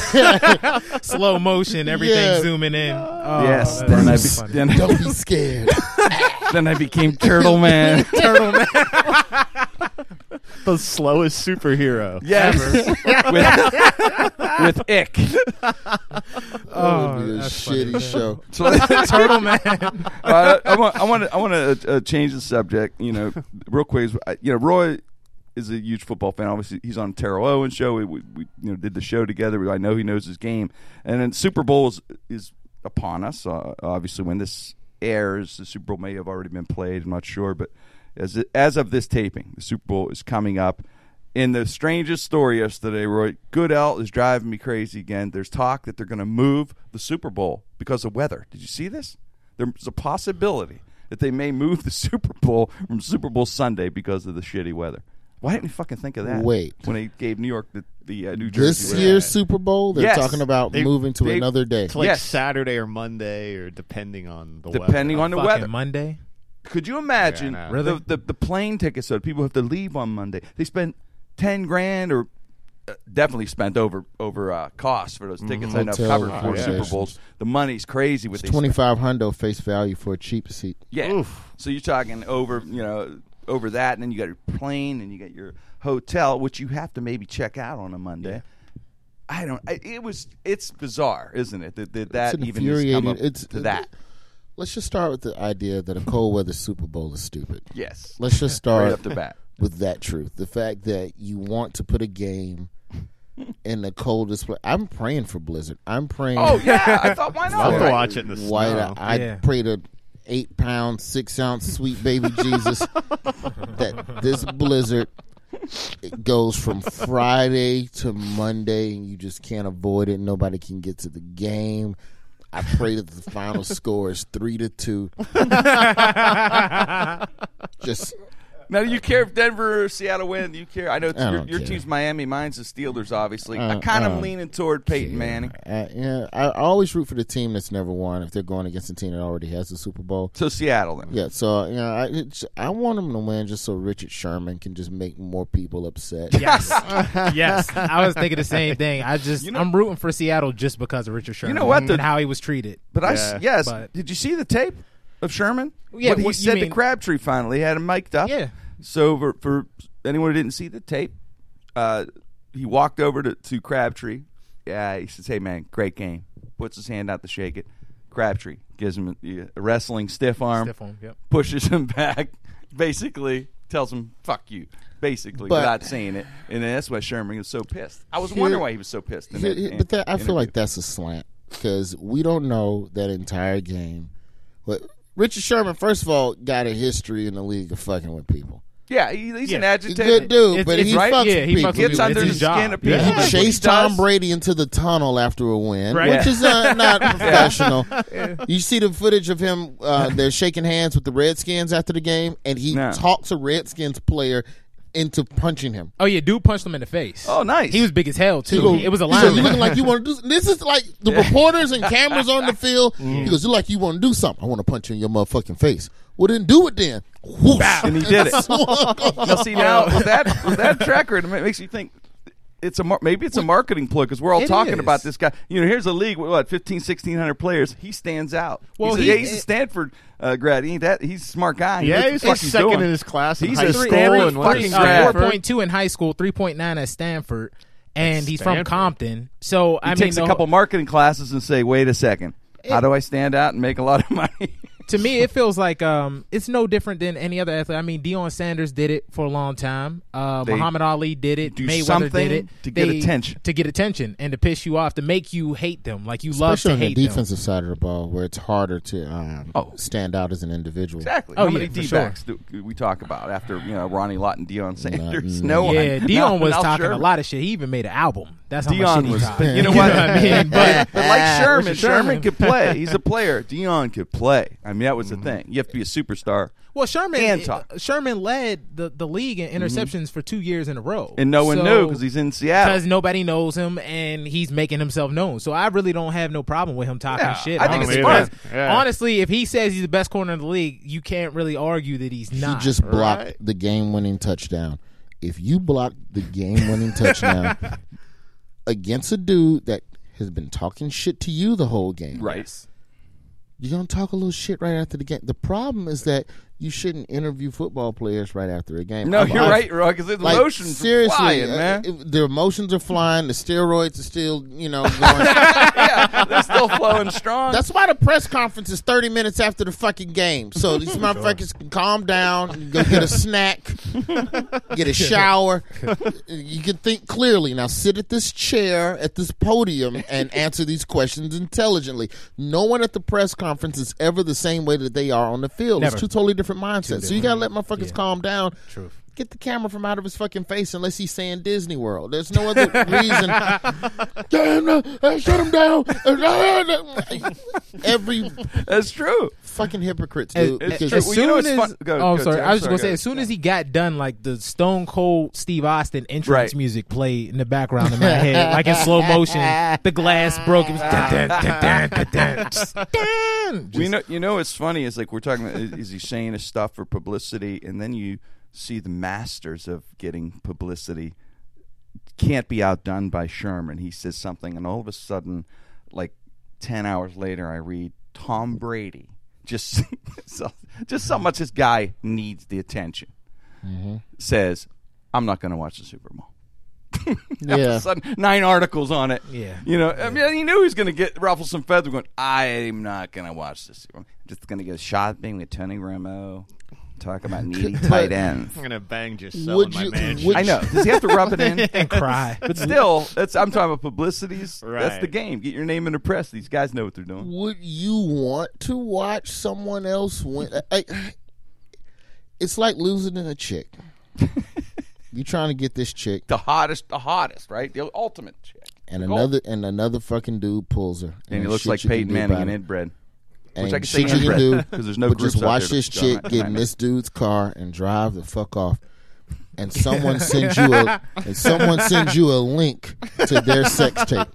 [SPEAKER 6] Slow motion, everything
[SPEAKER 4] Yeah.
[SPEAKER 6] zooming in. Oh,
[SPEAKER 3] Yes,
[SPEAKER 6] that's
[SPEAKER 3] then I,
[SPEAKER 6] so
[SPEAKER 3] be,
[SPEAKER 6] funny.
[SPEAKER 3] then,
[SPEAKER 4] don't be scared.
[SPEAKER 3] then I became Turtle Man.
[SPEAKER 6] Turtle Man.
[SPEAKER 5] The slowest superhero.
[SPEAKER 3] Yes, with, with Ick.
[SPEAKER 4] that would be
[SPEAKER 6] Oh,
[SPEAKER 4] a
[SPEAKER 6] that's funny,
[SPEAKER 4] shitty
[SPEAKER 6] man.
[SPEAKER 4] show.
[SPEAKER 6] Turtle Man.
[SPEAKER 3] uh, I want I want to I want to uh, change the subject. You know, real quick. is, uh, You know, Roy is a huge football fan. Obviously, he's on Terrell Owens show. We, we, we you know did the show together. I know he knows his game. And then Super Bowl is, is upon us. Uh, obviously, when this airs, the Super Bowl may have already been played. I'm not sure, but as as of this taping, the Super Bowl is coming up. In the strangest story yesterday, Roy Goodell is driving me crazy again. There's talk that they're going to move the Super Bowl because of weather. Did you see this? There's a possibility that they may move the Super Bowl from Super Bowl Sunday because of the shitty weather. Why didn't you fucking think of that?
[SPEAKER 4] Wait.
[SPEAKER 3] when they gave New York the, the uh, New Jersey
[SPEAKER 4] This
[SPEAKER 3] weather?
[SPEAKER 4] year's Super Bowl, they're
[SPEAKER 3] Yes.
[SPEAKER 4] talking about
[SPEAKER 5] They-
[SPEAKER 4] moving to
[SPEAKER 3] they-
[SPEAKER 4] another day.
[SPEAKER 5] It's like
[SPEAKER 3] Yes.
[SPEAKER 5] Saturday or Monday or depending on the weather.
[SPEAKER 3] depending on the
[SPEAKER 6] Fucking
[SPEAKER 3] weather.
[SPEAKER 6] Monday.
[SPEAKER 3] Could you imagine
[SPEAKER 5] Yeah, I
[SPEAKER 6] know.
[SPEAKER 3] the, the the plane tickets? So people have to leave on Monday. They spend ten grand or. uh, Definitely spent over over uh, cost for those tickets. I know I've
[SPEAKER 4] Hotel
[SPEAKER 3] covered four Super
[SPEAKER 4] accommodations.
[SPEAKER 3] Bowls. The money's crazy with these.
[SPEAKER 4] Twenty five hundo face value for a cheap seat.
[SPEAKER 3] Yeah. So you're talking over, you know, over that, and then you got your plane, and you got your hotel, which you have to maybe check out on a Monday. I don't. I, it was. It's bizarre, isn't it? That that, that
[SPEAKER 4] an
[SPEAKER 3] even has come
[SPEAKER 4] infuriating-
[SPEAKER 3] up
[SPEAKER 4] it's-
[SPEAKER 3] to that.
[SPEAKER 4] Let's just start with the idea that a cold weather Super Bowl is stupid.
[SPEAKER 3] Yes.
[SPEAKER 4] Let's just start
[SPEAKER 3] Right off the bat.
[SPEAKER 4] with that truth. The fact that you want to put a game in the coldest place. I'm praying for Blizzard. I'm praying
[SPEAKER 3] Oh yeah. I thought why not?
[SPEAKER 5] I'll have to
[SPEAKER 3] Right.
[SPEAKER 5] watch it in the snow.
[SPEAKER 4] white. I, I
[SPEAKER 6] Yeah.
[SPEAKER 4] pray to eight pound, six ounce sweet baby Jesus that this blizzard it goes from Friday to Monday and you just can't avoid it. Nobody can get to the game. I pray that the final score is three to two. just
[SPEAKER 3] Now, do you care if Denver or Seattle win? Do you care? I know it's,
[SPEAKER 4] I
[SPEAKER 3] your,
[SPEAKER 4] don't
[SPEAKER 3] your
[SPEAKER 4] care.
[SPEAKER 3] team's Miami. Mine's the Steelers, obviously. I
[SPEAKER 4] Uh,
[SPEAKER 3] kind
[SPEAKER 4] I
[SPEAKER 3] of
[SPEAKER 4] don't
[SPEAKER 3] leaning toward Peyton Manning.
[SPEAKER 4] Uh, yeah, I I always root for the team that's never won if they're going against a team that already has the Super Bowl.
[SPEAKER 3] So Seattle then.
[SPEAKER 4] Yeah, so you know, I it's, I want them to win just so Richard Sherman can just make more people upset.
[SPEAKER 6] Yes. yes. I was thinking the same thing. I just,
[SPEAKER 3] know-
[SPEAKER 6] I'm rooting for Seattle just because of Richard Sherman
[SPEAKER 3] know what? The-
[SPEAKER 6] and how he was treated.
[SPEAKER 3] But I s I
[SPEAKER 5] Yeah,
[SPEAKER 3] yes.
[SPEAKER 6] but-
[SPEAKER 3] Did you see the tape of Sherman?
[SPEAKER 6] Yeah,
[SPEAKER 3] What he
[SPEAKER 6] what you
[SPEAKER 3] said to
[SPEAKER 6] mean-
[SPEAKER 3] Crabtree finally had him mic'd up.
[SPEAKER 6] Yeah.
[SPEAKER 3] So for, for anyone who didn't see the tape, uh, he walked over to, to Crabtree. Yeah, he says, "Hey man, great game." Puts his hand out to shake it. Crabtree gives him a, a wrestling stiff arm,
[SPEAKER 6] Stiff arm, yep.
[SPEAKER 3] pushes him back, basically tells him "fuck you," basically
[SPEAKER 4] But-
[SPEAKER 3] without saying it, and that's why Sherman was so pissed. I was
[SPEAKER 4] Here-
[SPEAKER 3] wondering why he was so pissed. in
[SPEAKER 4] Here-
[SPEAKER 3] that
[SPEAKER 4] here-
[SPEAKER 3] in-
[SPEAKER 4] but that, I feel
[SPEAKER 3] interview.
[SPEAKER 4] like that's a slant because we don't know that entire game. But Richard Sherman, first of all, got a history in the league of fucking with people.
[SPEAKER 3] yeah, he, he's an
[SPEAKER 6] Yeah.
[SPEAKER 4] He's a
[SPEAKER 3] agitator.
[SPEAKER 4] good dude,
[SPEAKER 6] It's-
[SPEAKER 4] but
[SPEAKER 6] it's
[SPEAKER 4] he
[SPEAKER 6] right-
[SPEAKER 4] fucks
[SPEAKER 6] yeah,
[SPEAKER 4] with
[SPEAKER 6] he
[SPEAKER 4] people.
[SPEAKER 6] fucks with
[SPEAKER 3] Gets
[SPEAKER 6] people.
[SPEAKER 3] under
[SPEAKER 6] It's
[SPEAKER 3] the
[SPEAKER 6] his job.
[SPEAKER 3] skin of
[SPEAKER 6] Yeah.
[SPEAKER 3] people.
[SPEAKER 4] He
[SPEAKER 3] That's what he
[SPEAKER 4] chased Tom
[SPEAKER 3] does.
[SPEAKER 4] Brady into the tunnel after a win,
[SPEAKER 6] Right.
[SPEAKER 4] which
[SPEAKER 3] Yeah.
[SPEAKER 4] is uh, not professional. You see the footage of him; uh, they're shaking hands with the Redskins after the game, and he
[SPEAKER 3] No.
[SPEAKER 4] talks a Redskins player into punching him.
[SPEAKER 6] Oh yeah, dude punched him in the face.
[SPEAKER 3] Oh, nice.
[SPEAKER 6] He was big as hell too.
[SPEAKER 4] You go-
[SPEAKER 6] it was a
[SPEAKER 4] he said,
[SPEAKER 6] lineman.
[SPEAKER 4] You looking like you want to do this? Is like the reporters and cameras on the field.
[SPEAKER 6] Mm.
[SPEAKER 4] He goes, you like you want to do something. I want to punch you in your motherfucking face. Well, then do it then. Whoosh.
[SPEAKER 3] And he did it.
[SPEAKER 4] Swung.
[SPEAKER 3] Now, see now with that with that tracker, it ma- makes you think it's a mar- maybe it's a marketing plug because we're all
[SPEAKER 6] It
[SPEAKER 3] talking
[SPEAKER 6] is.
[SPEAKER 3] about this guy. You know, here's a league with what 15, 1600 players. He stands out. Well,
[SPEAKER 6] Well,
[SPEAKER 3] he's, a,
[SPEAKER 6] he-
[SPEAKER 3] yeah, he's a Stanford uh, grad. He ain't that he's a smart guy. He
[SPEAKER 5] Yeah,
[SPEAKER 3] knows
[SPEAKER 5] he
[SPEAKER 3] what
[SPEAKER 5] was
[SPEAKER 3] the
[SPEAKER 5] like
[SPEAKER 3] fuck he's
[SPEAKER 5] second
[SPEAKER 3] doing.
[SPEAKER 5] in his class. in
[SPEAKER 3] He's
[SPEAKER 5] high
[SPEAKER 3] a
[SPEAKER 5] school
[SPEAKER 3] Stanford
[SPEAKER 5] and went to
[SPEAKER 3] fucking
[SPEAKER 6] uh,
[SPEAKER 3] grad.
[SPEAKER 5] Stanford.
[SPEAKER 6] 4.2 in high school, 3.9 at Stanford, and he's from
[SPEAKER 5] Stanford.
[SPEAKER 6] Compton. So I
[SPEAKER 3] He
[SPEAKER 6] mean,
[SPEAKER 3] takes
[SPEAKER 6] the
[SPEAKER 3] a
[SPEAKER 6] whole-
[SPEAKER 3] couple marketing classes and say, wait a second, how do I stand out and make a lot of money?
[SPEAKER 6] to me, it feels like um, it's no different than any other athlete. I mean, Deion Sanders did it for a long time. Uh,
[SPEAKER 3] They
[SPEAKER 6] Muhammad Ali did it.
[SPEAKER 3] do
[SPEAKER 6] Mayweather
[SPEAKER 3] something
[SPEAKER 6] did it
[SPEAKER 3] to get
[SPEAKER 6] They-
[SPEAKER 3] attention.
[SPEAKER 6] To get attention and to piss you off, to make you hate them. Like you love
[SPEAKER 4] Especially
[SPEAKER 6] to
[SPEAKER 4] on the
[SPEAKER 6] hate them.
[SPEAKER 4] defensive side of the ball, where it's harder to um,
[SPEAKER 3] Oh.
[SPEAKER 4] stand out as an individual.
[SPEAKER 3] Exactly.
[SPEAKER 6] Oh,
[SPEAKER 3] How
[SPEAKER 6] yeah,
[SPEAKER 3] many
[SPEAKER 6] for
[SPEAKER 3] D
[SPEAKER 6] sure.
[SPEAKER 3] backs do we talk about after you know Ronnie Lott and Deion Sanders? No one.
[SPEAKER 6] Yeah, Dion
[SPEAKER 3] Not-
[SPEAKER 6] was
[SPEAKER 3] not
[SPEAKER 6] talking
[SPEAKER 3] Sherman.
[SPEAKER 6] a lot of shit. He even made an album. That's how much shit
[SPEAKER 3] Dion
[SPEAKER 6] he
[SPEAKER 3] was,
[SPEAKER 6] talked.
[SPEAKER 3] but you know what?
[SPEAKER 6] I mean? But
[SPEAKER 3] but like Sherman, Sherman
[SPEAKER 6] Sherman.
[SPEAKER 3] could play. He's a player. Dion could play. I mean, that was
[SPEAKER 4] Mm-hmm.
[SPEAKER 3] the thing. You have to be a superstar.
[SPEAKER 6] well, Sherman uh,
[SPEAKER 3] And talk. Mm-hmm.
[SPEAKER 6] Sherman led the, the league in interceptions for two years in a row,
[SPEAKER 3] And no one
[SPEAKER 6] So-
[SPEAKER 3] knew because he's in
[SPEAKER 6] because
[SPEAKER 3] Seattle.
[SPEAKER 6] nobody knows him and he's making himself known. So I really don't have no problem with him talking
[SPEAKER 3] Yeah,
[SPEAKER 6] shit.
[SPEAKER 3] I think
[SPEAKER 6] honestly.
[SPEAKER 5] it's fun.
[SPEAKER 6] Because
[SPEAKER 5] Yeah.
[SPEAKER 6] Honestly, if he says he's the best corner in the league, you can't really argue that he's
[SPEAKER 4] He
[SPEAKER 6] not.
[SPEAKER 4] just blocked the game-winning touchdown. If you block the game-winning touchdown against a dude that has been talking shit to you the whole game,
[SPEAKER 3] Right.
[SPEAKER 4] you're gonna talk a little shit right after the game. The problem is that you shouldn't interview football players right after a game.
[SPEAKER 3] No,
[SPEAKER 4] I've-
[SPEAKER 3] you're
[SPEAKER 4] I've-
[SPEAKER 3] right, Roy. Because the
[SPEAKER 4] Like
[SPEAKER 3] emotions are
[SPEAKER 4] seriously,
[SPEAKER 3] flying,
[SPEAKER 4] uh,
[SPEAKER 3] man.
[SPEAKER 4] if the emotions are flying. The steroids are still, you know, going.
[SPEAKER 3] yeah, they're still flowing strong.
[SPEAKER 4] That's why the press conference is thirty minutes after the fucking game, so these motherfuckers can calm down, go get a snack, get a shower. You can think clearly. Now sit at this chair at this podium and answer these questions intelligently. No one at the press conference is ever the same way that they are on the field.
[SPEAKER 6] Never.
[SPEAKER 4] It's two totally different mindsets. So you gotta let motherfuckers calm down. Truth. Get the camera from out of his fucking face unless he's saying Disney World. There's no other reason. Damn, no, uh, shut him down. Uh, no, no, no. Every
[SPEAKER 3] That's true.
[SPEAKER 4] fucking hypocrites, dude.
[SPEAKER 6] As-
[SPEAKER 4] because-
[SPEAKER 6] as
[SPEAKER 3] Well, you know
[SPEAKER 6] soon
[SPEAKER 3] what's fun-
[SPEAKER 6] as-
[SPEAKER 3] go-
[SPEAKER 6] oh, I'm
[SPEAKER 3] go,
[SPEAKER 6] sorry.
[SPEAKER 3] Terry.
[SPEAKER 6] I was just
[SPEAKER 3] Sorry,
[SPEAKER 6] gonna
[SPEAKER 3] go.
[SPEAKER 6] say, as soon as he got done, like the Stone Cold Steve Austin entrance
[SPEAKER 3] Right.
[SPEAKER 6] music played in the background in my head, like in slow motion. The glass broke. It was dun, dun, dun, dun, dun, dun. Just dun.
[SPEAKER 3] you know, you know, it's funny. Is like we're talking about. Is, is he saying his stuff for publicity, and then you see the masters of getting publicity can't be outdone by Sherman. He says something, and all of a sudden, like ten hours later, I read Tom Brady. Just, so, just so much this guy needs the attention.
[SPEAKER 6] Mm-hmm.
[SPEAKER 3] Says, I'm not going to watch the Super Bowl. All of
[SPEAKER 4] yeah.
[SPEAKER 3] a sudden, nine articles on it.
[SPEAKER 6] Yeah.
[SPEAKER 3] You know, I mean, he knew he was going to get ruffle some feathers going, I'm not going to watch this. I'm just going to get a shot being with Tony Romo, talk about needy tight ends.
[SPEAKER 5] I'm gonna bang just selling
[SPEAKER 4] Would
[SPEAKER 5] my
[SPEAKER 4] you?
[SPEAKER 5] man.
[SPEAKER 4] Would
[SPEAKER 3] I know. Does he have to rub it in?
[SPEAKER 6] and cry.
[SPEAKER 3] But still, that's I'm talking about publicities. That's
[SPEAKER 5] Right.
[SPEAKER 3] the game. Get your name in the press. These guys know what they're doing.
[SPEAKER 4] Would you want to watch someone else win? I, I- it's like losing in a chick. You're trying to get this chick,
[SPEAKER 3] The hottest, the hottest, right? The ultimate chick.
[SPEAKER 4] and
[SPEAKER 3] Gold.
[SPEAKER 4] another and another fucking dude pulls her,
[SPEAKER 3] And he
[SPEAKER 4] there's
[SPEAKER 3] looks
[SPEAKER 4] shit
[SPEAKER 3] like
[SPEAKER 4] you can
[SPEAKER 3] Peyton
[SPEAKER 4] do
[SPEAKER 3] Manning
[SPEAKER 4] about
[SPEAKER 3] and
[SPEAKER 4] it.
[SPEAKER 3] inbred.
[SPEAKER 4] And
[SPEAKER 3] Which I can say
[SPEAKER 4] shit you can
[SPEAKER 3] inbred,
[SPEAKER 4] do
[SPEAKER 3] 'cause there's no
[SPEAKER 4] but
[SPEAKER 3] groups
[SPEAKER 4] just
[SPEAKER 3] out
[SPEAKER 4] watch
[SPEAKER 3] there to
[SPEAKER 4] this
[SPEAKER 3] go
[SPEAKER 4] chick
[SPEAKER 3] on that
[SPEAKER 4] get in
[SPEAKER 3] planet.
[SPEAKER 4] this dude's car and drive the fuck off. And someone sends you a and someone sends you a link to their sex tape.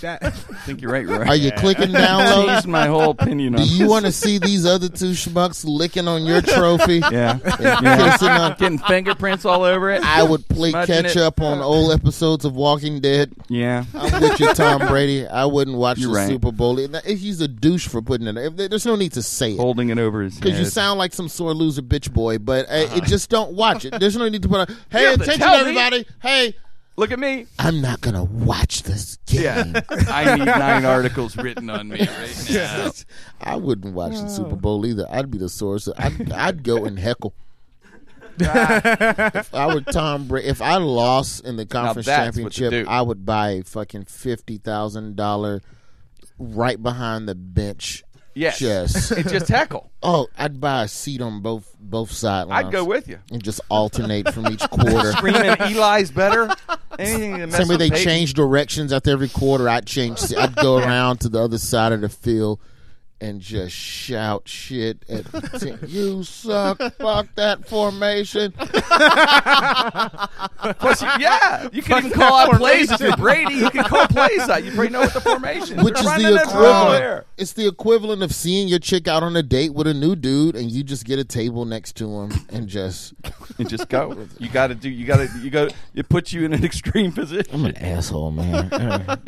[SPEAKER 6] That-
[SPEAKER 3] I think you're right, right?
[SPEAKER 4] Are you clicking download?
[SPEAKER 3] Changed my whole opinion on
[SPEAKER 4] Do you
[SPEAKER 3] this.
[SPEAKER 4] want to see these other two schmucks licking on your trophy?
[SPEAKER 3] Yeah.
[SPEAKER 4] And kissing on-
[SPEAKER 3] Getting fingerprints all over it.
[SPEAKER 4] I would play
[SPEAKER 3] Smudging it.
[SPEAKER 4] catch up on old episodes of Walking Dead.
[SPEAKER 3] Yeah.
[SPEAKER 4] I'm with you, Tom Brady. I wouldn't watch
[SPEAKER 3] You're
[SPEAKER 4] the
[SPEAKER 3] right.
[SPEAKER 4] Super Bowl. And If he's a douche for putting it, if, there's no need to say it.
[SPEAKER 3] Holding it over his head.
[SPEAKER 4] Because you sound like some sore loser bitch boy, but uh, it just don't watch it. There's no need to put on.
[SPEAKER 3] Uh-huh. You
[SPEAKER 4] Hey,
[SPEAKER 3] have to
[SPEAKER 4] attention,
[SPEAKER 3] tell me.
[SPEAKER 4] everybody! Hey,
[SPEAKER 3] Look at me.
[SPEAKER 4] I'm not gonna watch this game.
[SPEAKER 3] Yeah. I need nine articles written on me right now.
[SPEAKER 4] I wouldn't watch the Super Bowl either. I'd be the source. I'd, I'd go and heckle. if I were Tom Brady, if I lost in the conference
[SPEAKER 3] that's what to
[SPEAKER 4] championship,
[SPEAKER 3] do.
[SPEAKER 4] I would buy a fucking fifty thousand dollar right behind the bench.
[SPEAKER 3] Yes.
[SPEAKER 4] chess.
[SPEAKER 3] And just heckle.
[SPEAKER 4] Oh, I'd buy a seat on both both sidelines.
[SPEAKER 3] I'd go with you.
[SPEAKER 4] and just alternate from each quarter.
[SPEAKER 3] Screaming Eli's better. Anything to mess
[SPEAKER 4] Same way
[SPEAKER 3] with
[SPEAKER 4] they
[SPEAKER 3] Peyton.
[SPEAKER 4] change directions after every quarter. I'd change. I'd go around to the other side of the field and just shout shit at the team. you suck, fuck that formation.
[SPEAKER 3] Plus, you- yeah, you can even call out plays if you're Brady. You can call plays out. You probably know what the formation.
[SPEAKER 4] Which
[SPEAKER 3] They're
[SPEAKER 4] is
[SPEAKER 3] running
[SPEAKER 4] the
[SPEAKER 3] that drill there.
[SPEAKER 4] equivalent. It's the equivalent of seeing your chick out on a date with a new dude, and you just get a table next to him and just
[SPEAKER 3] and just go. You got to do. You got to. You go. It puts you in an extreme position.
[SPEAKER 4] I'm an asshole, man.
[SPEAKER 6] I,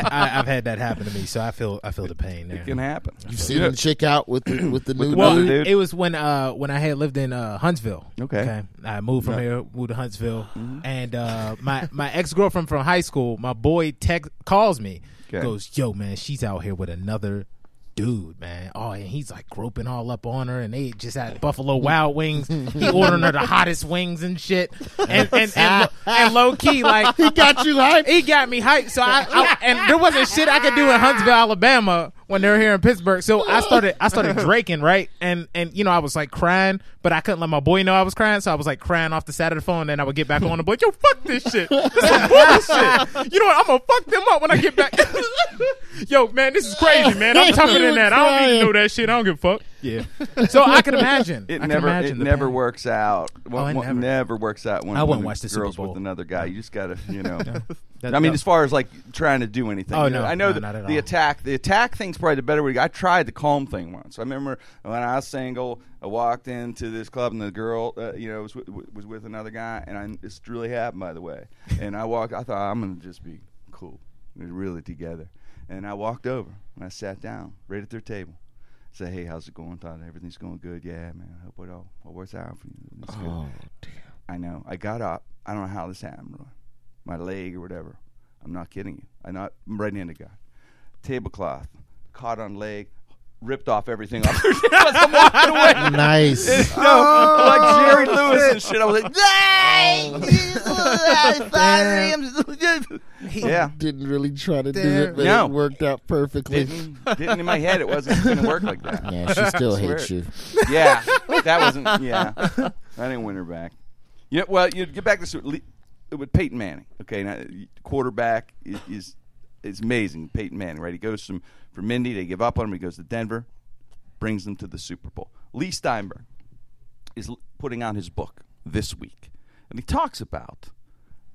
[SPEAKER 6] I, I've had that happen to me, so I feel I feel the pain. There.
[SPEAKER 3] It can happen.
[SPEAKER 4] You've seen the chick out with the, with the new
[SPEAKER 3] Well,
[SPEAKER 4] dude.
[SPEAKER 3] dude.
[SPEAKER 6] It was when uh when I had lived in uh Huntsville.
[SPEAKER 3] Okay.
[SPEAKER 6] I moved from here, moved to Huntsville, and uh my my ex girlfriend from high school, my boy text calls me,
[SPEAKER 3] Okay.
[SPEAKER 6] goes, "Yo, man, she's out here with another." Dude, man, oh, and he's like groping all up on her, and they just had Buffalo Wild Wings. He ordering her the hottest wings and shit, and and and, lo- and low key like he
[SPEAKER 4] Got you hyped.
[SPEAKER 6] he got me hyped. So I, I and there wasn't shit I could do in Huntsville, Alabama when they were here in Pittsburgh. So I started I started draking, right? And and you know, I was like crying, but I couldn't let my boy know I was crying, so I was like crying off the side of the phone, then I would get back on the boy, yo, fuck this shit. This is bullshit. You know what? I'm gonna fuck them up when I get back. yo, man, this is crazy, man. I'm tougher than that. I don't need to know that shit. I don't give a fuck. Yeah. So I can imagine. I
[SPEAKER 3] It
[SPEAKER 6] can
[SPEAKER 3] never. It
[SPEAKER 6] imagine the
[SPEAKER 3] never
[SPEAKER 6] pain. Oh,
[SPEAKER 3] works out. One-
[SPEAKER 6] it
[SPEAKER 3] one-
[SPEAKER 6] never-
[SPEAKER 3] works out. When
[SPEAKER 6] I wouldn't
[SPEAKER 3] when
[SPEAKER 6] watch the Super
[SPEAKER 3] girls
[SPEAKER 6] Bowl.
[SPEAKER 3] with another guy. You just got to. You know.
[SPEAKER 6] That-
[SPEAKER 3] I mean,
[SPEAKER 6] that-
[SPEAKER 3] as far as like trying to do anything.
[SPEAKER 6] Oh,
[SPEAKER 3] You know,
[SPEAKER 6] no,
[SPEAKER 3] I know
[SPEAKER 6] no,
[SPEAKER 3] the,
[SPEAKER 6] not at
[SPEAKER 3] the
[SPEAKER 6] all.
[SPEAKER 3] attack. The attack thing's probably the better way. to go. I tried the calm thing once. I remember when I was single, I walked into this club and the girl, uh, you know, was w- was with another guy, and I, this really happened by the way. And I walked. I thought I'm gonna just be cool. We're really together. And I walked over and I sat down right at their table. Say, hey, how's it going? Thought everything's going good. Yeah, man. I hope it all, all works out for you. It's good.
[SPEAKER 6] Oh,
[SPEAKER 3] I know. I got up. I don't know how this happened, Roy. My leg or whatever. I'm not kidding you. I'm not. I'm right into God. Tablecloth caught on leg, ripped off everything off.
[SPEAKER 4] Nice.
[SPEAKER 3] no, like Jerry Lewis and shit. I was like, sorry. I'm just- yeah.
[SPEAKER 4] Didn't really try to do
[SPEAKER 6] There-
[SPEAKER 4] it, but
[SPEAKER 3] No.
[SPEAKER 4] it worked out perfectly.
[SPEAKER 3] Didn't, didn't in my head it wasn't going to work like that.
[SPEAKER 4] Yeah, she still hates
[SPEAKER 3] swear.
[SPEAKER 4] you.
[SPEAKER 3] Yeah, that wasn't. Yeah, I didn't win her back. Yeah, well, you get back to this with Le- with Peyton Manning. Okay, now quarterback is, is is amazing. Peyton Manning, right? He goes from from Indy, they give up on him. He goes to Denver, brings them to the Super Bowl. Lee Steinberg is l- putting out his book this week, and he talks about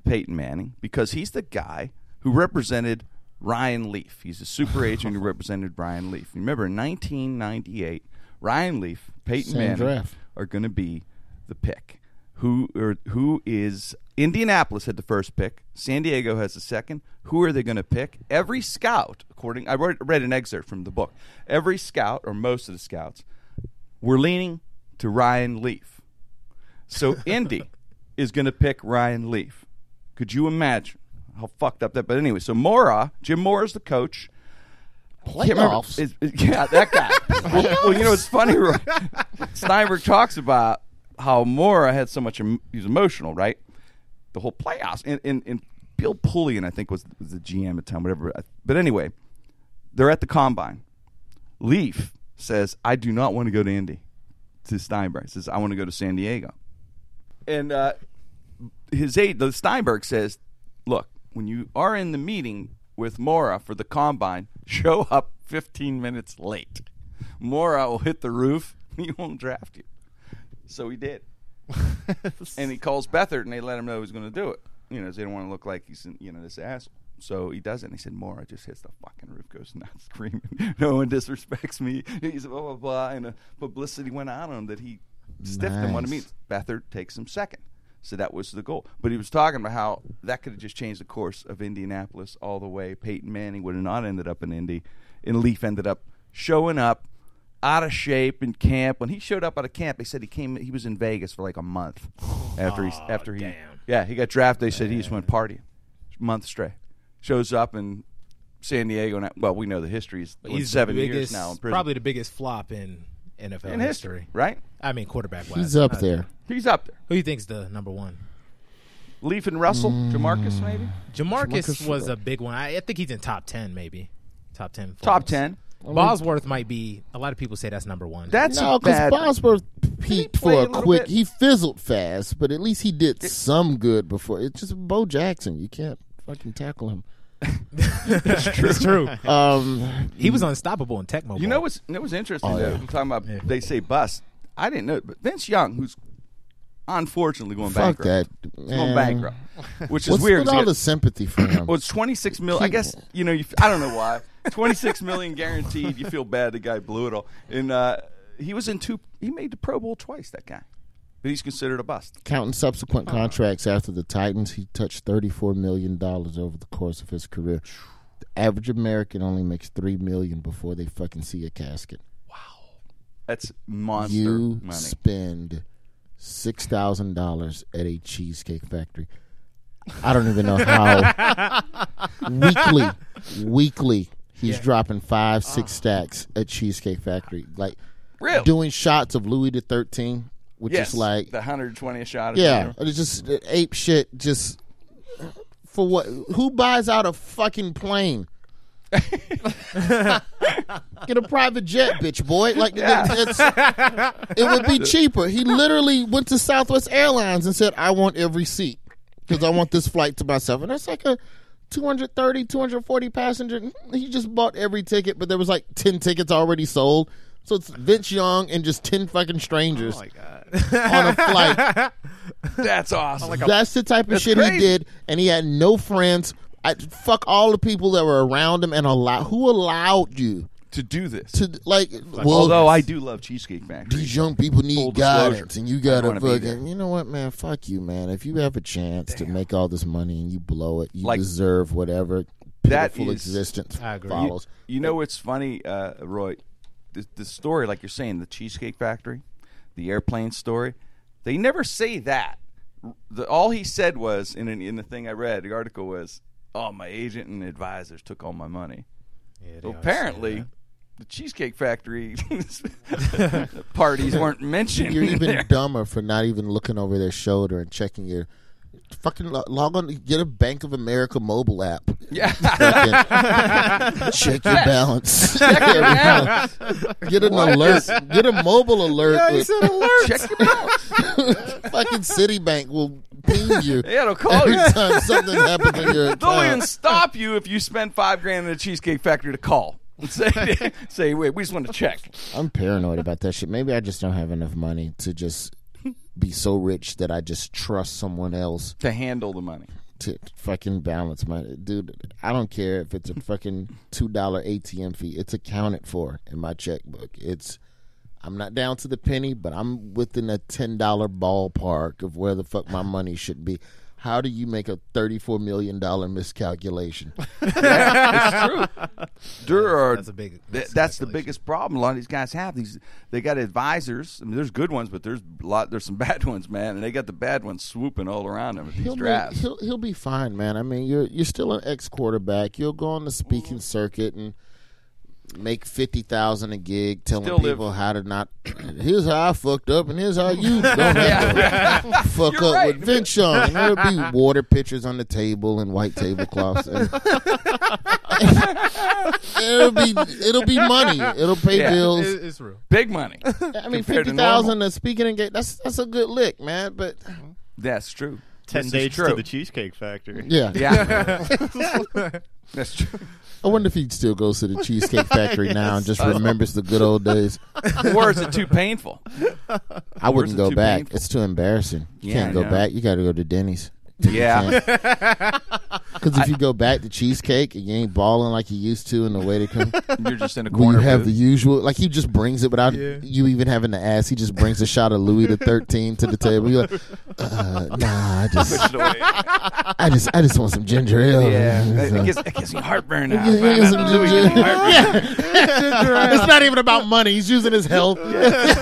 [SPEAKER 3] Peyton Manning because he's the guy who represented Ryan Leaf. He's a super agent who represented Ryan Leaf. Remember, in 1998, Ryan Leaf, Peyton
[SPEAKER 4] Same
[SPEAKER 3] Manning
[SPEAKER 4] draft.
[SPEAKER 3] are going to be the pick. Who or who is Indianapolis had the first pick. San Diego has the second. Who are they going to pick? Every scout, according I read, read an excerpt from the book. Every scout or most of the scouts were leaning to Ryan Leaf. So Indy is going to pick Ryan Leaf. Could you imagine how fucked up that? But anyway, so Mora, Jim Mora is the coach. Can't remember-
[SPEAKER 4] Playoffs.
[SPEAKER 3] is- is- yeah, that guy. well, well, you know, it's funny. Roy. Steinberg talks about how Mora had so much. Em- he was emotional, right? The whole playoffs, and and, and Bill Pullian, I think, was, was the GM at the time, whatever. But anyway, they're at the combine. Leaf says, "I do not want to go to Indy." To Steinberg says, "I want to go to San Diego." And uh, his aide, the Steinberg, says, "Look, when you are in the meeting with Mora for the combine, show up 15 minutes late. Mora will hit the roof. He won't draft you." So he did, and he calls Bethard, and they let him know he's going to do it. You know, 'cause they don't want to look like he's in, you know this asshole. So he does it, and he said, "Mora just hits the fucking roof, goes nuts, screaming. No one disrespects me." He's blah blah blah, and uh, publicity went out on him that he stiffed him on the
[SPEAKER 4] Nice.
[SPEAKER 3] meet. Bethard takes him second. So that was the goal. But he was talking about how that could have just changed the course of Indianapolis all the way. Peyton Manning would have not ended up in Indy, and Leaf ended up showing up out of shape in camp. When he showed up out of camp, they said he came. He was in Vegas for like a month after he after he yeah he got drafted. They said he just went partying month straight. Shows up in San Diego. And, well, we know the history is
[SPEAKER 6] He's the
[SPEAKER 3] seven years
[SPEAKER 6] biggest-
[SPEAKER 3] now in prison.
[SPEAKER 6] Probably the biggest flop in NFL
[SPEAKER 3] in history,
[SPEAKER 6] history.
[SPEAKER 3] right?
[SPEAKER 6] I mean, quarterback wise.
[SPEAKER 4] He's up there.
[SPEAKER 3] He's up there.
[SPEAKER 6] Who do you think's the number one?
[SPEAKER 3] Leaf and Russell, Jamarcus maybe.
[SPEAKER 6] Jamarcus,
[SPEAKER 4] Jamarcus
[SPEAKER 6] was a big one. I, I think he's in top ten, maybe top ten.
[SPEAKER 3] Top
[SPEAKER 6] finals.
[SPEAKER 3] ten.
[SPEAKER 6] Bosworth might be. A lot of people say that's number one.
[SPEAKER 3] That's
[SPEAKER 4] No,
[SPEAKER 3] a bad.
[SPEAKER 4] because Bosworth peaked
[SPEAKER 3] play a
[SPEAKER 4] for a
[SPEAKER 3] little
[SPEAKER 4] quick.
[SPEAKER 3] bit?
[SPEAKER 4] He fizzled fast, but at least he did some good before. It's just Bo Jackson. You can't fucking tackle him.
[SPEAKER 6] It's true.
[SPEAKER 4] Um,
[SPEAKER 6] He was unstoppable in Tecmo.
[SPEAKER 3] You
[SPEAKER 6] Bowl.
[SPEAKER 3] know what's you know what's interesting
[SPEAKER 4] Oh,
[SPEAKER 3] though? I'm talking about they say bust. I didn't know, but Vince Young, who's unfortunately going
[SPEAKER 4] fuck
[SPEAKER 3] bankrupt,
[SPEAKER 4] that.
[SPEAKER 3] he's going
[SPEAKER 4] man.
[SPEAKER 3] bankrupt, which is
[SPEAKER 4] What's
[SPEAKER 3] weird.
[SPEAKER 4] with
[SPEAKER 3] 'cause he
[SPEAKER 4] all
[SPEAKER 3] got-
[SPEAKER 4] the sympathy for him?
[SPEAKER 3] well, it's 26 mil. I guess you know. You, f- I don't know why. 26 million guaranteed. You feel bad. The guy blew it all, and uh, he was in two. He made the Pro Bowl twice. That guy, but he's considered a bust.
[SPEAKER 4] Counting subsequent
[SPEAKER 3] Uh-huh.
[SPEAKER 4] contracts after the Titans, he touched thirty-four million dollars over the course of his career. The average American only makes three million before they fucking see a casket.
[SPEAKER 3] That's monster
[SPEAKER 4] you
[SPEAKER 3] money.
[SPEAKER 4] spend six thousand dollars at a cheesecake factory. I don't even know how weekly, weekly he's dropping five, six stacks at Cheesecake Factory, like
[SPEAKER 3] Uh. Really?
[SPEAKER 4] doing shots of Louis the Thirteenth, which
[SPEAKER 3] yes,
[SPEAKER 4] is like,
[SPEAKER 3] the 120th shot. Of
[SPEAKER 4] yeah,
[SPEAKER 3] dinner.
[SPEAKER 4] it's just uh, ape shit. Just for what? Who buys out a fucking plane? Get a private jet, bitch boy. Like
[SPEAKER 3] Yeah.
[SPEAKER 4] it's, it would be cheaper. He literally went to Southwest Airlines and said, "I want every seat because I want this flight to myself." And that's like a 230, 240 passenger. He just bought every ticket, but there was like ten tickets already sold. So it's Vince Young and just ten fucking strangers on a flight.
[SPEAKER 3] that's awesome.
[SPEAKER 4] That's the type of shit
[SPEAKER 3] crazy.
[SPEAKER 4] he did, and he had no friends. I, fuck all the people that were around him and allow who allowed you
[SPEAKER 3] to do this.
[SPEAKER 4] to like. well,
[SPEAKER 3] Although I do love Cheesecake Factory.
[SPEAKER 4] these young people
[SPEAKER 3] Full
[SPEAKER 4] need
[SPEAKER 3] disclosure,
[SPEAKER 4] guidance, and you
[SPEAKER 3] I
[SPEAKER 4] gotta
[SPEAKER 3] wanna be there.
[SPEAKER 4] fucking. You know what, man? Fuck you, man. If you have a chance to make all this money and you blow it, you
[SPEAKER 3] Like-
[SPEAKER 4] deserve whatever
[SPEAKER 3] That
[SPEAKER 4] pitiful
[SPEAKER 3] is-
[SPEAKER 4] existence
[SPEAKER 6] I agree.
[SPEAKER 4] follows.
[SPEAKER 3] You know what's funny, uh, Roy? The, the story, like you're saying, the Cheesecake Factory, the airplane story. They never say that. The, all he said was in an, in the thing I read, the article was, "Oh, my agent and advisors took all my money." Well, apparently, the Cheesecake Factory parties weren't mentioned.
[SPEAKER 4] You're
[SPEAKER 3] in
[SPEAKER 4] even
[SPEAKER 3] there.
[SPEAKER 4] dumber for not even looking over their shoulder and checking your fucking lo- log on. Get a Bank of America mobile app.
[SPEAKER 3] yeah.
[SPEAKER 4] Fucking check your balance. get an alert. Get a mobile alert. with-
[SPEAKER 3] Check your balance.
[SPEAKER 4] fucking Citibank will ping you
[SPEAKER 3] Yeah, it'll call
[SPEAKER 4] every
[SPEAKER 3] you.
[SPEAKER 4] time something happens in your
[SPEAKER 6] Uh,
[SPEAKER 3] They'll even
[SPEAKER 4] account.
[SPEAKER 3] stop you if you spend five grand at a Cheesecake Factory to call. And say, say, wait, we just want to check.
[SPEAKER 4] I'm paranoid about that shit. Maybe I just don't have enough money to just be so rich that I just trust someone else
[SPEAKER 3] to handle the money.
[SPEAKER 4] to fucking balance my dude. I don't care if it's a fucking two dollar ATM fee. It's accounted for in my checkbook. It's I'm not down to the penny, but I'm within a ten dollar ballpark of where the fuck my money should be. How do you make a thirty four million dollar miscalculation?
[SPEAKER 3] There are,
[SPEAKER 6] That's a big.
[SPEAKER 3] th- that's the biggest problem a lot of these guys have. These they got advisors. I mean, there's good ones, but there's a lot. There's some bad ones, man, and they got the bad ones swooping all around them at these
[SPEAKER 4] He'll, make,
[SPEAKER 3] drafts.
[SPEAKER 4] he'll he'll be fine, man. I mean, you're you're still an ex quarterback. You'll go on the
[SPEAKER 3] Mm-hmm.
[SPEAKER 4] speaking circuit and make fifty thousand a gig, telling
[SPEAKER 3] Still live-
[SPEAKER 4] people how to not. Here's how I fucked up, and here's how you don't have to fuck
[SPEAKER 3] You're
[SPEAKER 4] up
[SPEAKER 3] right.
[SPEAKER 4] with Vince Young. And There'll be water pitchers on the table and white tablecloths. And it'll be it'll be money. It'll pay
[SPEAKER 3] Yeah.
[SPEAKER 4] bills.
[SPEAKER 6] It- It's real.
[SPEAKER 3] Big money.
[SPEAKER 4] I mean,
[SPEAKER 3] compared to
[SPEAKER 4] fifty thousand a speaking engagement. That's that's a good lick, man. But
[SPEAKER 3] That's true.
[SPEAKER 5] Ten
[SPEAKER 3] This is
[SPEAKER 5] days
[SPEAKER 3] true.
[SPEAKER 5] to the Cheesecake Factory.
[SPEAKER 4] yeah,
[SPEAKER 3] Yeah, that's true.
[SPEAKER 4] I wonder if he still goes to the Cheesecake Factory now and just remembers the good old days.
[SPEAKER 3] Or is it too painful?
[SPEAKER 4] I wouldn't
[SPEAKER 3] it
[SPEAKER 4] go
[SPEAKER 3] too
[SPEAKER 4] back.
[SPEAKER 3] painful?
[SPEAKER 4] It's too embarrassing. You
[SPEAKER 3] Yeah, I
[SPEAKER 4] can't go
[SPEAKER 3] know.
[SPEAKER 4] back. You got to go to Denny's.
[SPEAKER 3] Yeah,
[SPEAKER 4] Because if you go back to Cheesecake and you ain't balling like you used to and the way they come,
[SPEAKER 3] you're just in a
[SPEAKER 4] when
[SPEAKER 3] corner.
[SPEAKER 4] you have the
[SPEAKER 3] booth.
[SPEAKER 4] usual, like he just brings it without you even having to ask. He just brings a shot of Louis the Thirteen to the table. You're like, uh, nah, I just, I just, I just want some ginger ale.
[SPEAKER 3] yeah,
[SPEAKER 4] So-
[SPEAKER 3] it gives, it gives me heartburn now.
[SPEAKER 4] Yeah,
[SPEAKER 3] man.
[SPEAKER 4] yeah, some
[SPEAKER 3] Louis
[SPEAKER 4] ginger-
[SPEAKER 3] gives me heartburn.
[SPEAKER 4] it's not even about money. He's using his health.
[SPEAKER 7] messes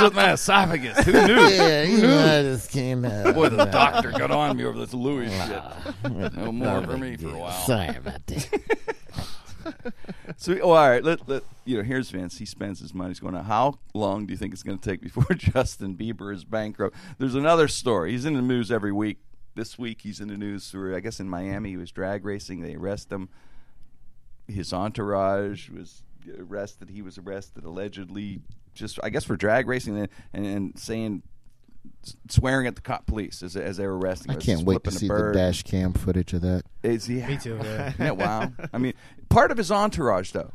[SPEAKER 7] with my esophagus. Who knew?
[SPEAKER 4] Yeah, you know, I just came out.
[SPEAKER 7] Boy, the doctor got on me over this Louis shit. No more for me for a while.
[SPEAKER 4] Sorry about that.
[SPEAKER 3] So, oh, all right, let, let you know. Here's Vince. He spends his money. He's going. To, how long do you think it's going to take before Justin Bieber is bankrupt? There's another story. He's in the news every week. This week, he's in the news for. I guess in Miami, he was drag racing. They arrest him. His entourage was arrested. He was arrested allegedly, just I guess for drag racing and, and, and saying s- swearing at the cop police as, as they were arresting.
[SPEAKER 4] I
[SPEAKER 3] us,
[SPEAKER 4] can't wait to
[SPEAKER 3] flipping a
[SPEAKER 4] see the
[SPEAKER 3] bird.
[SPEAKER 4] dash cam footage of that.
[SPEAKER 3] It's, yeah.
[SPEAKER 6] Me too. Yeah.
[SPEAKER 3] Isn't that wow? I mean, part of his entourage though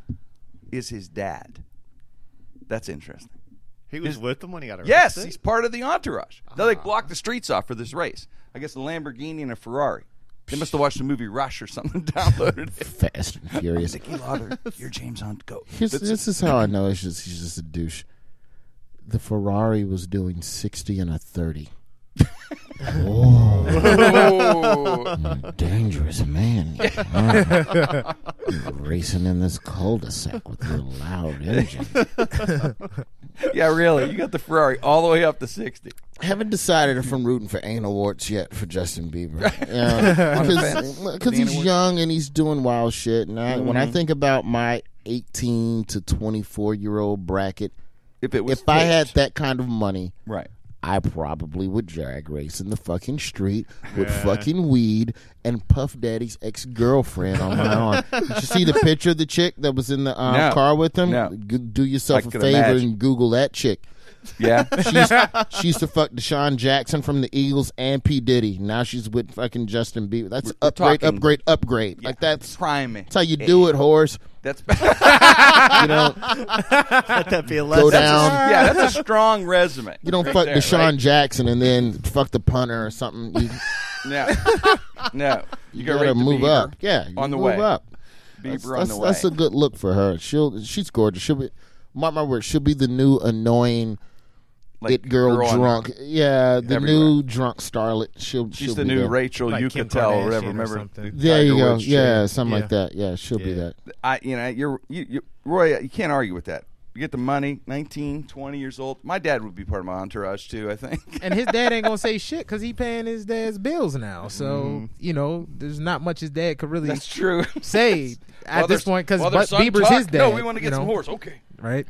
[SPEAKER 3] is his dad. That's interesting.
[SPEAKER 5] He was with them when he got arrested.
[SPEAKER 3] Yes, he's part of the entourage. Now
[SPEAKER 6] Ah.
[SPEAKER 3] they blocked the streets off for this race. I guess a Lamborghini and a Ferrari. They must have watched the movie Rush or something. and Downloaded it.
[SPEAKER 4] Fast and furious.
[SPEAKER 3] Hey, Lauder, you're James Hunt. Go.
[SPEAKER 4] Here's, this is how I know it's just, he's just a douche. The Ferrari was doing 60 and a 30.
[SPEAKER 3] Oh.
[SPEAKER 7] Hmm.
[SPEAKER 4] Dangerous man. you are. Racing in this cul-de-sac with your loud engine.
[SPEAKER 3] Yeah, really. You got the Ferrari all the way up to sixty.
[SPEAKER 4] haven't decided if I'm rooting for anal warts yet for Justin Bieber. Because he's young and he's doing wild shit. And I, when I think about my 18 to 24 year old bracket,
[SPEAKER 3] If it was,
[SPEAKER 4] if I had
[SPEAKER 3] pitched.
[SPEAKER 4] that kind of money,
[SPEAKER 3] right,
[SPEAKER 4] I probably would drag race in the fucking street with fucking weed and Puff Daddy's ex girlfriend on my arm. Did you see the picture of the chick that was in the um,
[SPEAKER 3] No.
[SPEAKER 4] car with him?
[SPEAKER 3] No.
[SPEAKER 4] G- Do
[SPEAKER 3] I
[SPEAKER 4] yourself a
[SPEAKER 3] could
[SPEAKER 4] favor
[SPEAKER 3] imagine.
[SPEAKER 4] and Google that chick.
[SPEAKER 3] yeah,
[SPEAKER 4] She used, she used to fuck Deshaun Jackson from the Eagles and P. Diddy. Now she's with fucking Justin Bieber. That's
[SPEAKER 3] we're
[SPEAKER 4] upgrade,
[SPEAKER 3] talking-
[SPEAKER 4] upgrade, upgrade. Like that's
[SPEAKER 3] prime it.
[SPEAKER 4] that's how you do it, horse.
[SPEAKER 3] That's
[SPEAKER 4] You don't
[SPEAKER 5] Let that be a
[SPEAKER 4] go
[SPEAKER 5] lesson.
[SPEAKER 4] down.
[SPEAKER 3] yeah, that's a strong resume.
[SPEAKER 4] You don't fuck
[SPEAKER 3] there,
[SPEAKER 4] Deshaun
[SPEAKER 3] right?
[SPEAKER 4] Jackson and then fuck the punter or something. You,
[SPEAKER 3] No, no, you,
[SPEAKER 4] you
[SPEAKER 3] got
[SPEAKER 4] gotta
[SPEAKER 3] right to
[SPEAKER 4] move
[SPEAKER 3] Bieber.
[SPEAKER 4] up. Yeah, you
[SPEAKER 3] On the
[SPEAKER 4] move
[SPEAKER 3] way.
[SPEAKER 4] up.
[SPEAKER 3] Bieber
[SPEAKER 4] That's,
[SPEAKER 3] on
[SPEAKER 4] that's-
[SPEAKER 3] the
[SPEAKER 4] that's
[SPEAKER 3] way.
[SPEAKER 4] a good look for her. She'll she's gorgeous. She'll be mark my word. She'll be the new annoying
[SPEAKER 3] Like,
[SPEAKER 4] it girl,
[SPEAKER 3] on-
[SPEAKER 4] drunk. Yeah, the
[SPEAKER 3] Everywhere.
[SPEAKER 4] new drunk starlet. She'll
[SPEAKER 3] She's
[SPEAKER 4] she'll
[SPEAKER 3] the
[SPEAKER 4] be
[SPEAKER 3] new
[SPEAKER 4] there.
[SPEAKER 3] Rachel
[SPEAKER 6] Like
[SPEAKER 3] you
[SPEAKER 6] Kim
[SPEAKER 3] could tell
[SPEAKER 6] Kardashian
[SPEAKER 3] or whatever.
[SPEAKER 6] or
[SPEAKER 3] Remember,
[SPEAKER 6] something.
[SPEAKER 4] There you
[SPEAKER 3] Tiger
[SPEAKER 4] go.
[SPEAKER 3] Woods
[SPEAKER 4] Yeah, something
[SPEAKER 6] Yeah.
[SPEAKER 4] like that. Yeah, she'll be that.
[SPEAKER 3] I you know you're you, you Roy you can't argue with that. You get the money, 19, 20 years old. My dad would be part of my entourage too, I think.
[SPEAKER 6] and his dad ain't gonna say shit because he paying his dad's bills now. So you know, there's not much his dad could really
[SPEAKER 3] That's true.
[SPEAKER 6] say at
[SPEAKER 7] While their-
[SPEAKER 6] this point because
[SPEAKER 7] while their son
[SPEAKER 6] Bieber's
[SPEAKER 7] talk-
[SPEAKER 6] his dad.
[SPEAKER 7] No, we want to
[SPEAKER 6] you
[SPEAKER 7] get some
[SPEAKER 6] know,
[SPEAKER 7] horse. Okay.
[SPEAKER 6] right?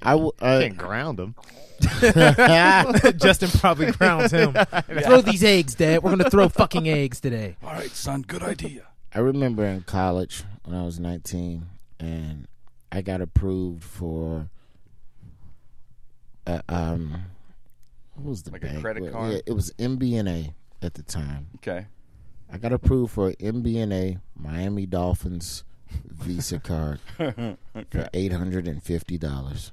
[SPEAKER 4] I w- uh, I,
[SPEAKER 5] Can't ground him.
[SPEAKER 6] Justin probably grounds him. Throw these eggs, Dad. We're gonna throw fucking eggs today.
[SPEAKER 7] All right, son. Good idea.
[SPEAKER 4] I remember in college when I was 19 and I got approved for uh, um what was the
[SPEAKER 3] Like a
[SPEAKER 4] bank?
[SPEAKER 3] credit
[SPEAKER 4] Well,
[SPEAKER 3] card?
[SPEAKER 4] Yeah, it was MBNA at the time.
[SPEAKER 3] Okay.
[SPEAKER 4] I got approved for an MBNA Miami Dolphins Visa card for eight hundred and fifty dollars.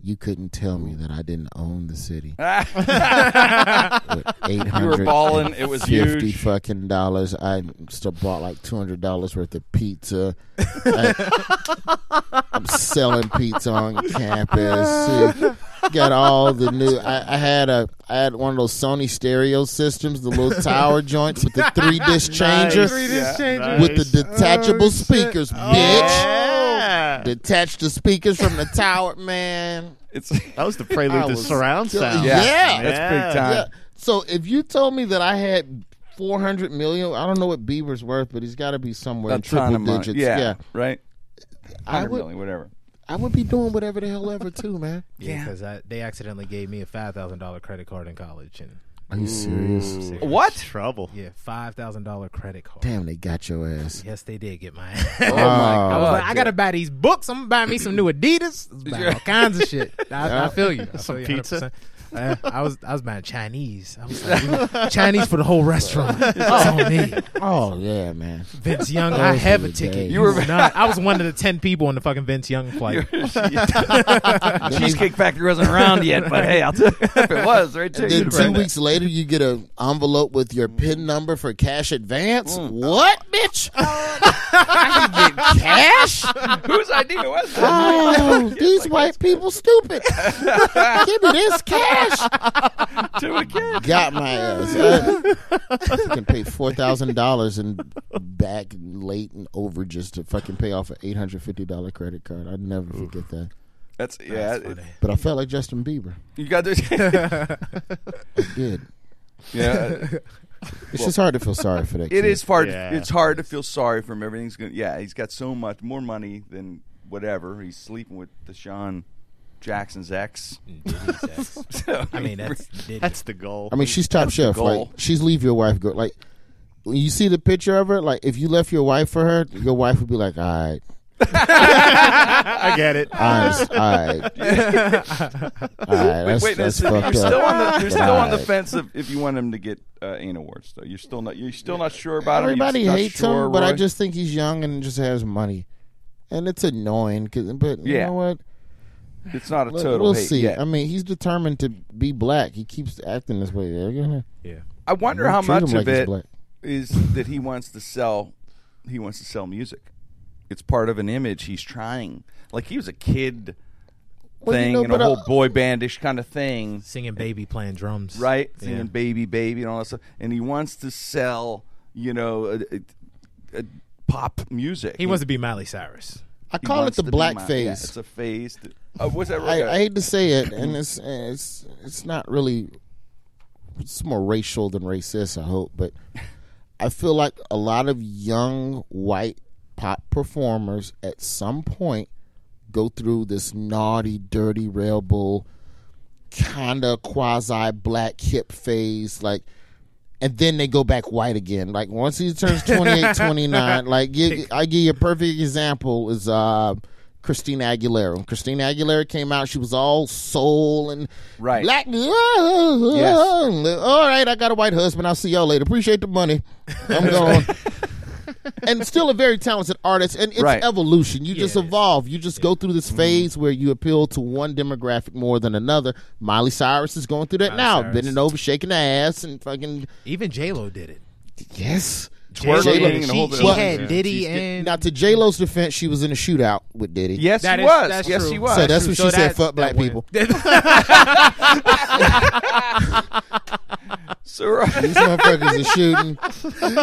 [SPEAKER 4] You couldn't tell me that I didn't own the city. Eight hundred
[SPEAKER 3] balling. It was
[SPEAKER 4] fifty
[SPEAKER 3] huge.
[SPEAKER 4] fucking dollars. I still bought like two hundred dollars worth of pizza. I, am selling pizza on campus. Got all the new. I, I had a. I had one of those Sony stereo systems, the little tower joints with the three disc Oh, changer with the detachable speakers, bitch.
[SPEAKER 5] Yeah.
[SPEAKER 4] Detach the speakers from the tower, man.
[SPEAKER 3] It's
[SPEAKER 5] That was the prelude
[SPEAKER 4] I
[SPEAKER 5] to
[SPEAKER 4] was
[SPEAKER 5] surround
[SPEAKER 4] still-
[SPEAKER 5] sound.
[SPEAKER 4] Yeah.
[SPEAKER 3] that's big time.
[SPEAKER 4] Yeah. So if you told me that I had four hundred million, I don't know what Bieber's worth, but he's got to be somewhere
[SPEAKER 3] A
[SPEAKER 4] in
[SPEAKER 3] ton
[SPEAKER 4] triple
[SPEAKER 3] of money.
[SPEAKER 4] digits.
[SPEAKER 3] Yeah,
[SPEAKER 4] yeah.
[SPEAKER 3] Right?
[SPEAKER 4] I
[SPEAKER 3] 100
[SPEAKER 4] would.
[SPEAKER 3] million, whatever.
[SPEAKER 4] I would be doing whatever the hell ever too, man.
[SPEAKER 6] Yeah, because they accidentally gave me a five thousand dollar credit card in college, and
[SPEAKER 4] Are you serious?
[SPEAKER 3] What?
[SPEAKER 5] Trouble.
[SPEAKER 6] yeah, five thousand dollar credit card.
[SPEAKER 4] Mm. Damn, they got your ass.
[SPEAKER 6] Yes, they did get mine.
[SPEAKER 4] Oh,
[SPEAKER 6] I was like, I gotta buy these books. I'm gonna buy me some new Adidas. I was buying all kinds of shit. I, I feel you. I feel you
[SPEAKER 5] pizza.
[SPEAKER 6] 100%. Uh, I was I was buying Chinese. I was like, Chinese for the whole restaurant. That's on me.
[SPEAKER 4] oh yeah, man.
[SPEAKER 6] Vince Young, I have a
[SPEAKER 4] Those
[SPEAKER 6] ticket.
[SPEAKER 4] days.
[SPEAKER 6] You were not. I was one of the ten people on the fucking Vince Young flight.
[SPEAKER 3] Cheesecake Factory wasn't around yet, but hey, I'll tell you if it was right there.
[SPEAKER 4] Then
[SPEAKER 3] you'd
[SPEAKER 4] two
[SPEAKER 3] run that.
[SPEAKER 4] weeks later, you get a envelope with your PIN number for cash advance. What, bitch? Mm. I can get cash?
[SPEAKER 7] Whose idea was that?
[SPEAKER 4] Oh, these white people stupid. Give me this cash.
[SPEAKER 7] To a kid.
[SPEAKER 4] Got my ass. I fucking paid four thousand dollars and back late and over just to fucking pay off an eight hundred fifty dollar credit card. I'd never forget that.
[SPEAKER 3] That's, yeah.
[SPEAKER 6] Oh,
[SPEAKER 3] it-
[SPEAKER 4] But I felt like Justin Bieber.
[SPEAKER 3] you got to.
[SPEAKER 4] Good.
[SPEAKER 3] yeah.
[SPEAKER 4] It's just hard to feel sorry for that.
[SPEAKER 3] It
[SPEAKER 4] kid.
[SPEAKER 3] is hard.
[SPEAKER 5] Yeah.
[SPEAKER 3] It's hard to feel sorry for him. Everything's good. Yeah, he's got so much more money than whatever. He's sleeping with Deshaun Jackson's ex.
[SPEAKER 4] Mm.
[SPEAKER 3] So,
[SPEAKER 6] I mean, that's Diddy.
[SPEAKER 5] That's the goal.
[SPEAKER 4] I mean, she's top chef.
[SPEAKER 3] goal.
[SPEAKER 4] Like she's leave your wife go. Like when you see the picture of her, like if you left your wife for her, your wife would be like, "All right,
[SPEAKER 6] I get it.
[SPEAKER 4] Honest. All right. All right. That's,
[SPEAKER 3] Wait,
[SPEAKER 4] that's
[SPEAKER 3] listen, you're
[SPEAKER 4] fucked up.
[SPEAKER 3] still on the you're still on the
[SPEAKER 4] Right.
[SPEAKER 3] fence of if you want him to get uh, anal awards though. You're still not you're still not sure about him. You're
[SPEAKER 4] Everybody
[SPEAKER 3] not
[SPEAKER 4] hates
[SPEAKER 3] sure,
[SPEAKER 4] him, but I
[SPEAKER 3] Roy.
[SPEAKER 4] just think he's young and just has money, and it's annoying. 'cause- but you
[SPEAKER 3] Yeah.
[SPEAKER 4] know what?
[SPEAKER 3] it's not a
[SPEAKER 4] Look,
[SPEAKER 3] total
[SPEAKER 4] we'll
[SPEAKER 3] hate
[SPEAKER 4] see.
[SPEAKER 3] yet.
[SPEAKER 4] I mean, he's determined to be black. He keeps acting this way. They're gonna
[SPEAKER 3] I wonder how
[SPEAKER 4] treat him
[SPEAKER 3] much
[SPEAKER 4] like
[SPEAKER 3] of
[SPEAKER 4] he's
[SPEAKER 3] it
[SPEAKER 4] black.
[SPEAKER 3] is that he wants to sell he wants to sell music. It's part of an image he's trying. Like he was a kid
[SPEAKER 4] Well, you
[SPEAKER 3] thing
[SPEAKER 4] know,
[SPEAKER 3] and a
[SPEAKER 4] but, uh,
[SPEAKER 3] whole boy bandish kind of thing,
[SPEAKER 6] Singing baby playing drums.
[SPEAKER 3] right? Singing baby baby and all that stuff. And he wants to sell, you know, a, a- a pop music.
[SPEAKER 6] He wants to be Miley Cyrus.
[SPEAKER 4] I
[SPEAKER 3] He
[SPEAKER 4] call it
[SPEAKER 3] wants
[SPEAKER 4] the
[SPEAKER 3] to be
[SPEAKER 4] black
[SPEAKER 3] my- yeah,
[SPEAKER 4] phase.
[SPEAKER 3] it's a phase. that- uh, what's that?
[SPEAKER 4] I,
[SPEAKER 3] Roger?
[SPEAKER 4] I hate to say it, and it's it's it's not really it's more racial than racist. I hope, but I feel like a lot of young white pop performers at some point go through this naughty, dirty rail bull kind of quasi black hip phase, like. And then they go back white again. Like once he turns 28, 29, like give, I give you a perfect example is uh, Christina Aguilera. When Christina Aguilera came out, she was all soul and
[SPEAKER 3] Right.
[SPEAKER 4] black. All right, I got a white husband. I'll see y'all later. Appreciate the money. I'm going. and still a very talented artist. And it's
[SPEAKER 3] Right.
[SPEAKER 4] evolution. You just
[SPEAKER 6] Yes.
[SPEAKER 4] evolve. You just go through this phase where you appeal to one demographic more than another. Miley Cyrus is going through that now,
[SPEAKER 6] Cyrus.
[SPEAKER 4] bending over, shaking her ass, and fucking
[SPEAKER 6] Even J Lo did it.
[SPEAKER 4] yes.
[SPEAKER 3] Twerking
[SPEAKER 6] J-Lo,
[SPEAKER 3] and the
[SPEAKER 6] she,
[SPEAKER 3] whole
[SPEAKER 6] she
[SPEAKER 3] thing.
[SPEAKER 6] had
[SPEAKER 3] Yeah.
[SPEAKER 6] Diddy
[SPEAKER 3] She's-
[SPEAKER 6] and
[SPEAKER 4] Now to J Lo's defense, she was in a shootout with Diddy.
[SPEAKER 3] yes,
[SPEAKER 6] That
[SPEAKER 3] he
[SPEAKER 6] is-
[SPEAKER 3] was.
[SPEAKER 6] that's
[SPEAKER 3] Yes,
[SPEAKER 6] true.
[SPEAKER 3] he was.
[SPEAKER 4] So that's what she
[SPEAKER 6] So
[SPEAKER 4] said.
[SPEAKER 6] that-
[SPEAKER 4] Fuck black
[SPEAKER 6] that went-
[SPEAKER 4] people.
[SPEAKER 3] So, right.
[SPEAKER 4] These motherfuckers are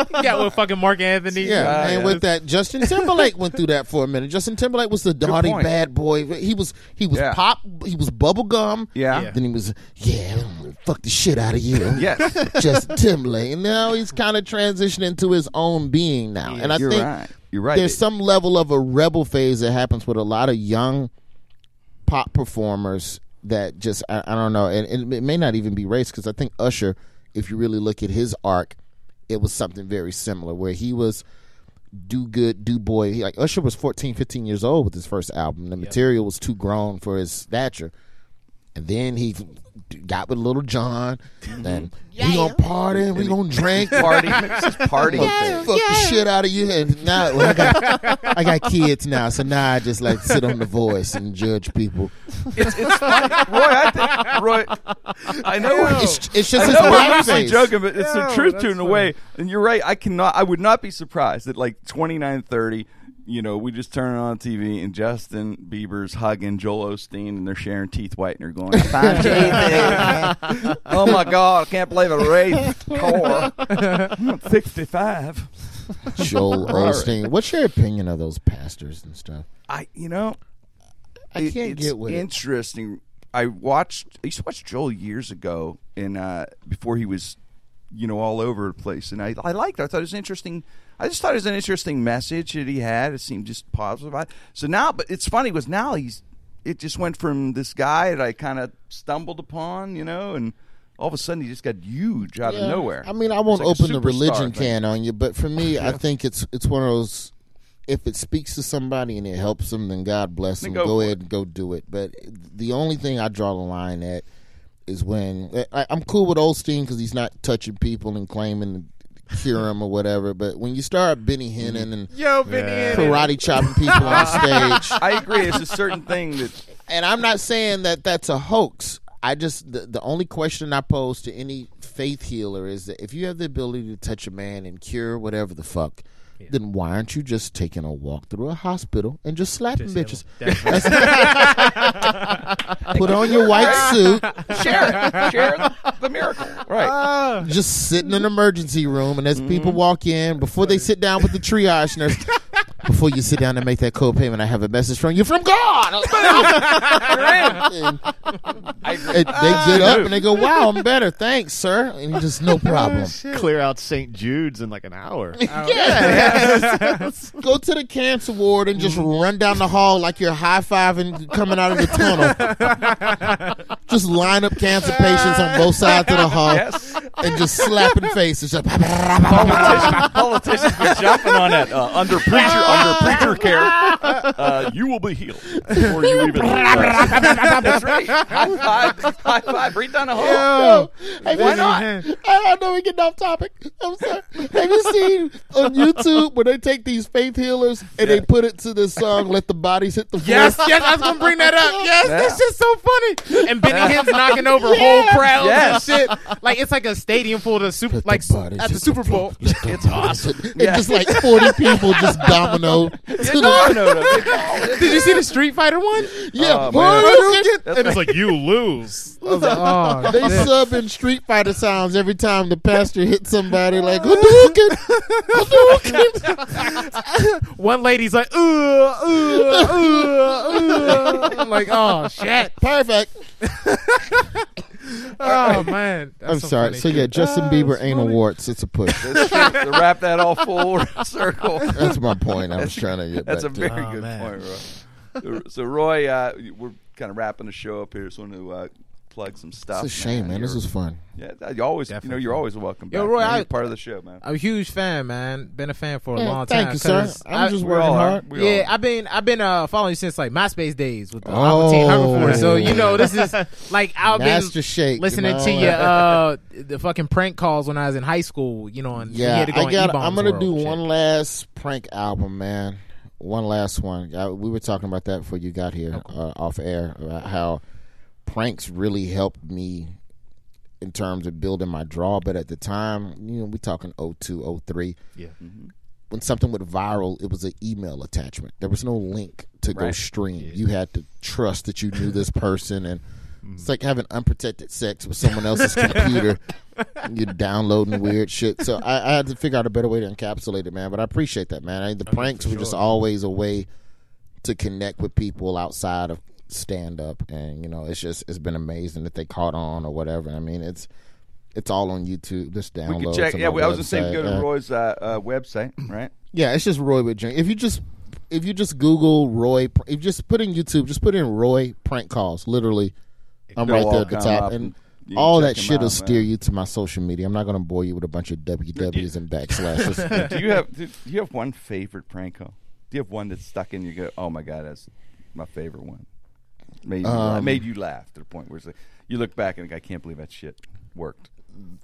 [SPEAKER 4] shooting.
[SPEAKER 6] got with fucking Mark Anthony.
[SPEAKER 4] Yeah,
[SPEAKER 3] Yeah,
[SPEAKER 4] and
[SPEAKER 3] yeah.
[SPEAKER 4] with that, Justin Timberlake went through that for a minute. Justin Timberlake was the naughty
[SPEAKER 3] point.
[SPEAKER 4] bad boy. He was he was
[SPEAKER 3] Yeah.
[SPEAKER 4] pop. He was bubblegum.
[SPEAKER 3] Yeah. Yeah.
[SPEAKER 4] Then he was yeah, I'm gonna fuck the shit out of you.
[SPEAKER 3] yes,
[SPEAKER 4] Justin Timberlake. And now he's kind of transitioning to his own being now. and I
[SPEAKER 3] you're
[SPEAKER 4] think
[SPEAKER 3] right. You're right.
[SPEAKER 4] there's some level of a rebel phase that happens with a lot of young pop performers that just I, I don't know, and, and it may not even be race because I think Usher, if you really look at his arc, it was something very similar where he was do good do boy he, like usher was 14 15 years old with his first album the material was too grown for his stature and then he got with little john then we gonna party and we gonna drink
[SPEAKER 3] party. It's just party.
[SPEAKER 4] fuck the shit out of you. And now well, I, got, I got kids now, so now I just like sit on the voice and judge people.
[SPEAKER 3] It's, it's funny. Roy, I think, Roy, I know.
[SPEAKER 4] It's, it's just
[SPEAKER 3] I
[SPEAKER 4] his
[SPEAKER 3] know we're
[SPEAKER 4] black
[SPEAKER 3] obviously
[SPEAKER 4] face.
[SPEAKER 3] joking, but it's the truth to in a way. And you're right. I cannot. I would not be surprised that like 29, 30, you know, we just turn it on TV and Justin Bieber's hugging Joel Osteen and they're sharing teeth white and they're going, I found Jesus. oh my God, I can't believe I raised core. I'm 65.
[SPEAKER 4] Joel Osteen. What's your opinion of those pastors and stuff?
[SPEAKER 3] I, you know,
[SPEAKER 4] I
[SPEAKER 3] it-
[SPEAKER 4] can't
[SPEAKER 3] it's
[SPEAKER 4] get with it.
[SPEAKER 3] interesting. I watched. I used to watch Joel years ago, and uh, before he was, you know, all over the place. And I, I liked. it. I thought it was interesting. I just thought it was an interesting message that he had. It seemed just positive. I, so now, but it's funny because now he's. It just went from this guy that I kind of stumbled upon, you know, and all of a sudden he just got huge out of nowhere.
[SPEAKER 4] I mean, I
[SPEAKER 3] It's
[SPEAKER 4] won't
[SPEAKER 3] like a
[SPEAKER 4] open the
[SPEAKER 3] superstar thing.
[SPEAKER 4] religion can on you, but for me, I think it's it's one of those. If it speaks to somebody and it helps them, then God bless them.
[SPEAKER 3] Then
[SPEAKER 4] Go,
[SPEAKER 3] go for
[SPEAKER 4] ahead and go do it. But the only thing I draw the line at is when I, I'm cool with Olstein because he's not touching people and claiming to cure him or whatever. But when you start Benny Hennin and
[SPEAKER 6] Yo, Benny Hill.
[SPEAKER 4] karate chopping people on stage,
[SPEAKER 3] I agree. It's a certain thing that
[SPEAKER 4] and I'm not saying that that's a hoax. I just the, the only question I pose to any faith healer is that if you have the ability to touch a man and cure whatever the fuck, then why aren't you just taking a walk through a hospital and just slapping bitches?
[SPEAKER 6] That's-
[SPEAKER 4] Put on your white suit,
[SPEAKER 3] share it, share the, the miracle, right?
[SPEAKER 4] just sit in an emergency room, and as
[SPEAKER 3] Mm-hmm.
[SPEAKER 4] people walk in, before they sit down with the triage nurse, before you sit down and make that copayment, I have a message from you from God. And- and they get
[SPEAKER 3] Ah.
[SPEAKER 4] up and they go, "Wow, I'm better, thanks, sir," and he just no problem.
[SPEAKER 5] Clear out St. Jude's in like an hour.
[SPEAKER 4] Go to the cancer ward and just run down the hall like you're high fiving coming out of the tunnel. just line up cancer patients on both sides of the hall
[SPEAKER 3] Yes.
[SPEAKER 4] and just slapping faces. Just
[SPEAKER 3] politicians, politicians were jumping on it uh, under preacher
[SPEAKER 7] under preacher care, uh, you will be healed before you even. That's right. High five. High five. Read down the hole.
[SPEAKER 4] No. Have you seen, I know we're getting off topic. I'm sorry. Have you seen on YouTube where they take these faith healers and they put it to this song, Let the Bodies Hit the Floor?
[SPEAKER 6] Yes, yes, I was gonna bring that up. Yes,
[SPEAKER 7] Yeah.
[SPEAKER 6] this is so funny. And Benny Hinn's knocking over whole crowds and shit. Like it's like a stadium full of super,
[SPEAKER 4] Let
[SPEAKER 6] like
[SPEAKER 4] the bodies
[SPEAKER 6] at the
[SPEAKER 4] hit
[SPEAKER 6] Super
[SPEAKER 4] floor.
[SPEAKER 6] Bowl.
[SPEAKER 4] Let the bodies hit- And just like 40 people just domino. to the-
[SPEAKER 7] No, no, no.
[SPEAKER 6] Did you see the Street Fighter one?
[SPEAKER 4] yeah,
[SPEAKER 7] man.
[SPEAKER 6] And it's like you lose. I was like, oh,
[SPEAKER 4] They sub in Street Fighter sounds every time the pastor hits somebody like Hadouken, Hadouken.
[SPEAKER 6] One lady's like, uh, uh, uh, uh. I'm like, oh shit.
[SPEAKER 4] Perfect.
[SPEAKER 6] Oh man. That's
[SPEAKER 4] I'm
[SPEAKER 6] so
[SPEAKER 4] sorry.
[SPEAKER 6] funny.
[SPEAKER 4] So yeah, Justin Bieber ain't a warts. It's a push.
[SPEAKER 7] to wrap that all full circle.
[SPEAKER 4] That's my point. I was trying to get
[SPEAKER 7] That's a
[SPEAKER 4] back to.
[SPEAKER 7] very good
[SPEAKER 6] man.
[SPEAKER 7] point, Roy. so, Roy, uh, we're kind of wrapping the show up here. So, I'm going to uh, plug some stuff.
[SPEAKER 4] It's a shame, man. This
[SPEAKER 7] You're-
[SPEAKER 4] was fun.
[SPEAKER 7] Yeah, you always, you know, you're always welcome.
[SPEAKER 6] Yo,
[SPEAKER 7] back,
[SPEAKER 6] Roy,
[SPEAKER 7] man.
[SPEAKER 6] I-
[SPEAKER 7] You're part of the show, man.
[SPEAKER 6] I'm a huge fan, man. Been a fan for a
[SPEAKER 4] Yeah,
[SPEAKER 6] long
[SPEAKER 4] thank
[SPEAKER 6] time.
[SPEAKER 4] you, sir.
[SPEAKER 6] 'cause
[SPEAKER 4] I'm
[SPEAKER 6] I-
[SPEAKER 4] just
[SPEAKER 7] we
[SPEAKER 4] working
[SPEAKER 7] all are.
[SPEAKER 4] hard.
[SPEAKER 7] We all
[SPEAKER 6] yeah,
[SPEAKER 7] are.
[SPEAKER 6] I've been I've been uh, following you since like MySpace days with the
[SPEAKER 4] Oh.
[SPEAKER 6] oh. Team Hoverboard. So you know this is like I've
[SPEAKER 4] Master
[SPEAKER 6] been
[SPEAKER 4] Shake,
[SPEAKER 6] listening
[SPEAKER 4] you know?
[SPEAKER 6] to your uh, the fucking prank calls when I was in high school. You know, and we
[SPEAKER 4] Yeah,
[SPEAKER 6] had to go
[SPEAKER 4] I
[SPEAKER 6] on
[SPEAKER 4] got.
[SPEAKER 6] E-Bombs
[SPEAKER 4] I'm gonna
[SPEAKER 6] World
[SPEAKER 4] do
[SPEAKER 6] and shit.
[SPEAKER 4] one last prank album, man. One last one. I, we were talking about that before you got here uh, off air about how pranks really helped me in terms of building my draw. But at the time, you know, we talking 02, 03.
[SPEAKER 5] Yeah.
[SPEAKER 4] When something went viral, it was an email attachment. There was no link to go stream. You had to trust that you knew this person, and
[SPEAKER 7] Mm-hmm.
[SPEAKER 4] it's like having unprotected sex with someone else's computer. You're downloading weird shit. So I, I had to figure out a better way to encapsulate it, man. But I appreciate that, man. I, the pranks were just always a way to connect with people outside of stand up and you know it's just it's been amazing that they caught on or whatever i mean it's it's all on youtube just download
[SPEAKER 7] We can check.
[SPEAKER 4] it's on
[SPEAKER 7] Yeah,
[SPEAKER 4] my
[SPEAKER 7] we, I was just
[SPEAKER 4] website,
[SPEAKER 7] saying, go to
[SPEAKER 4] yeah.
[SPEAKER 7] Roy's uh, uh, website, right?
[SPEAKER 4] yeah it's just roy with drink if you just if you just google roy pr- if you just put in youtube just put in roy prank calls literally i'm
[SPEAKER 7] They'll
[SPEAKER 4] right there
[SPEAKER 7] all
[SPEAKER 4] at the
[SPEAKER 7] come
[SPEAKER 4] top
[SPEAKER 7] up
[SPEAKER 4] and
[SPEAKER 7] and you can
[SPEAKER 4] all
[SPEAKER 7] check
[SPEAKER 4] that
[SPEAKER 7] them
[SPEAKER 4] shit will
[SPEAKER 7] out,
[SPEAKER 4] steer
[SPEAKER 7] man.
[SPEAKER 4] you to my social media i'm not going to bore you with a bunch of wws and backslashes
[SPEAKER 7] Do you have do you have one favorite prank call? Do you have one that's stuck in you? Go, oh my god, that's my favorite one. Made you,
[SPEAKER 4] Um,
[SPEAKER 7] I made you laugh to the point where it's like, you look back and like, I can't believe that shit worked,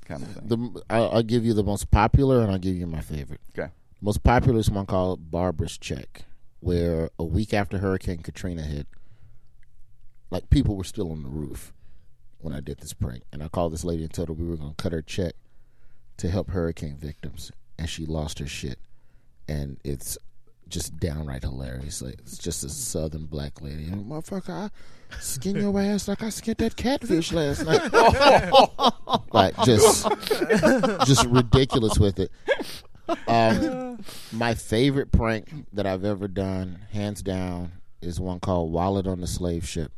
[SPEAKER 7] kind of thing.
[SPEAKER 4] the, I, i'll give you the most popular and i'll give you my favorite
[SPEAKER 7] okay,
[SPEAKER 4] most popular is one called Barbara's Check, where a week after Hurricane Katrina hit, like people were still on the roof when I did this prank. And I called this lady and told her we were going to cut her check to help hurricane victims. And she lost her shit. And it's just downright hilarious. Like, it's just a southern black lady. And, Motherfucker, I skin your ass like I skinned that catfish last night. like, just, just ridiculous with it. Um, my favorite prank that I've ever done, hands down, is one called "Wallet on the Slave Ship."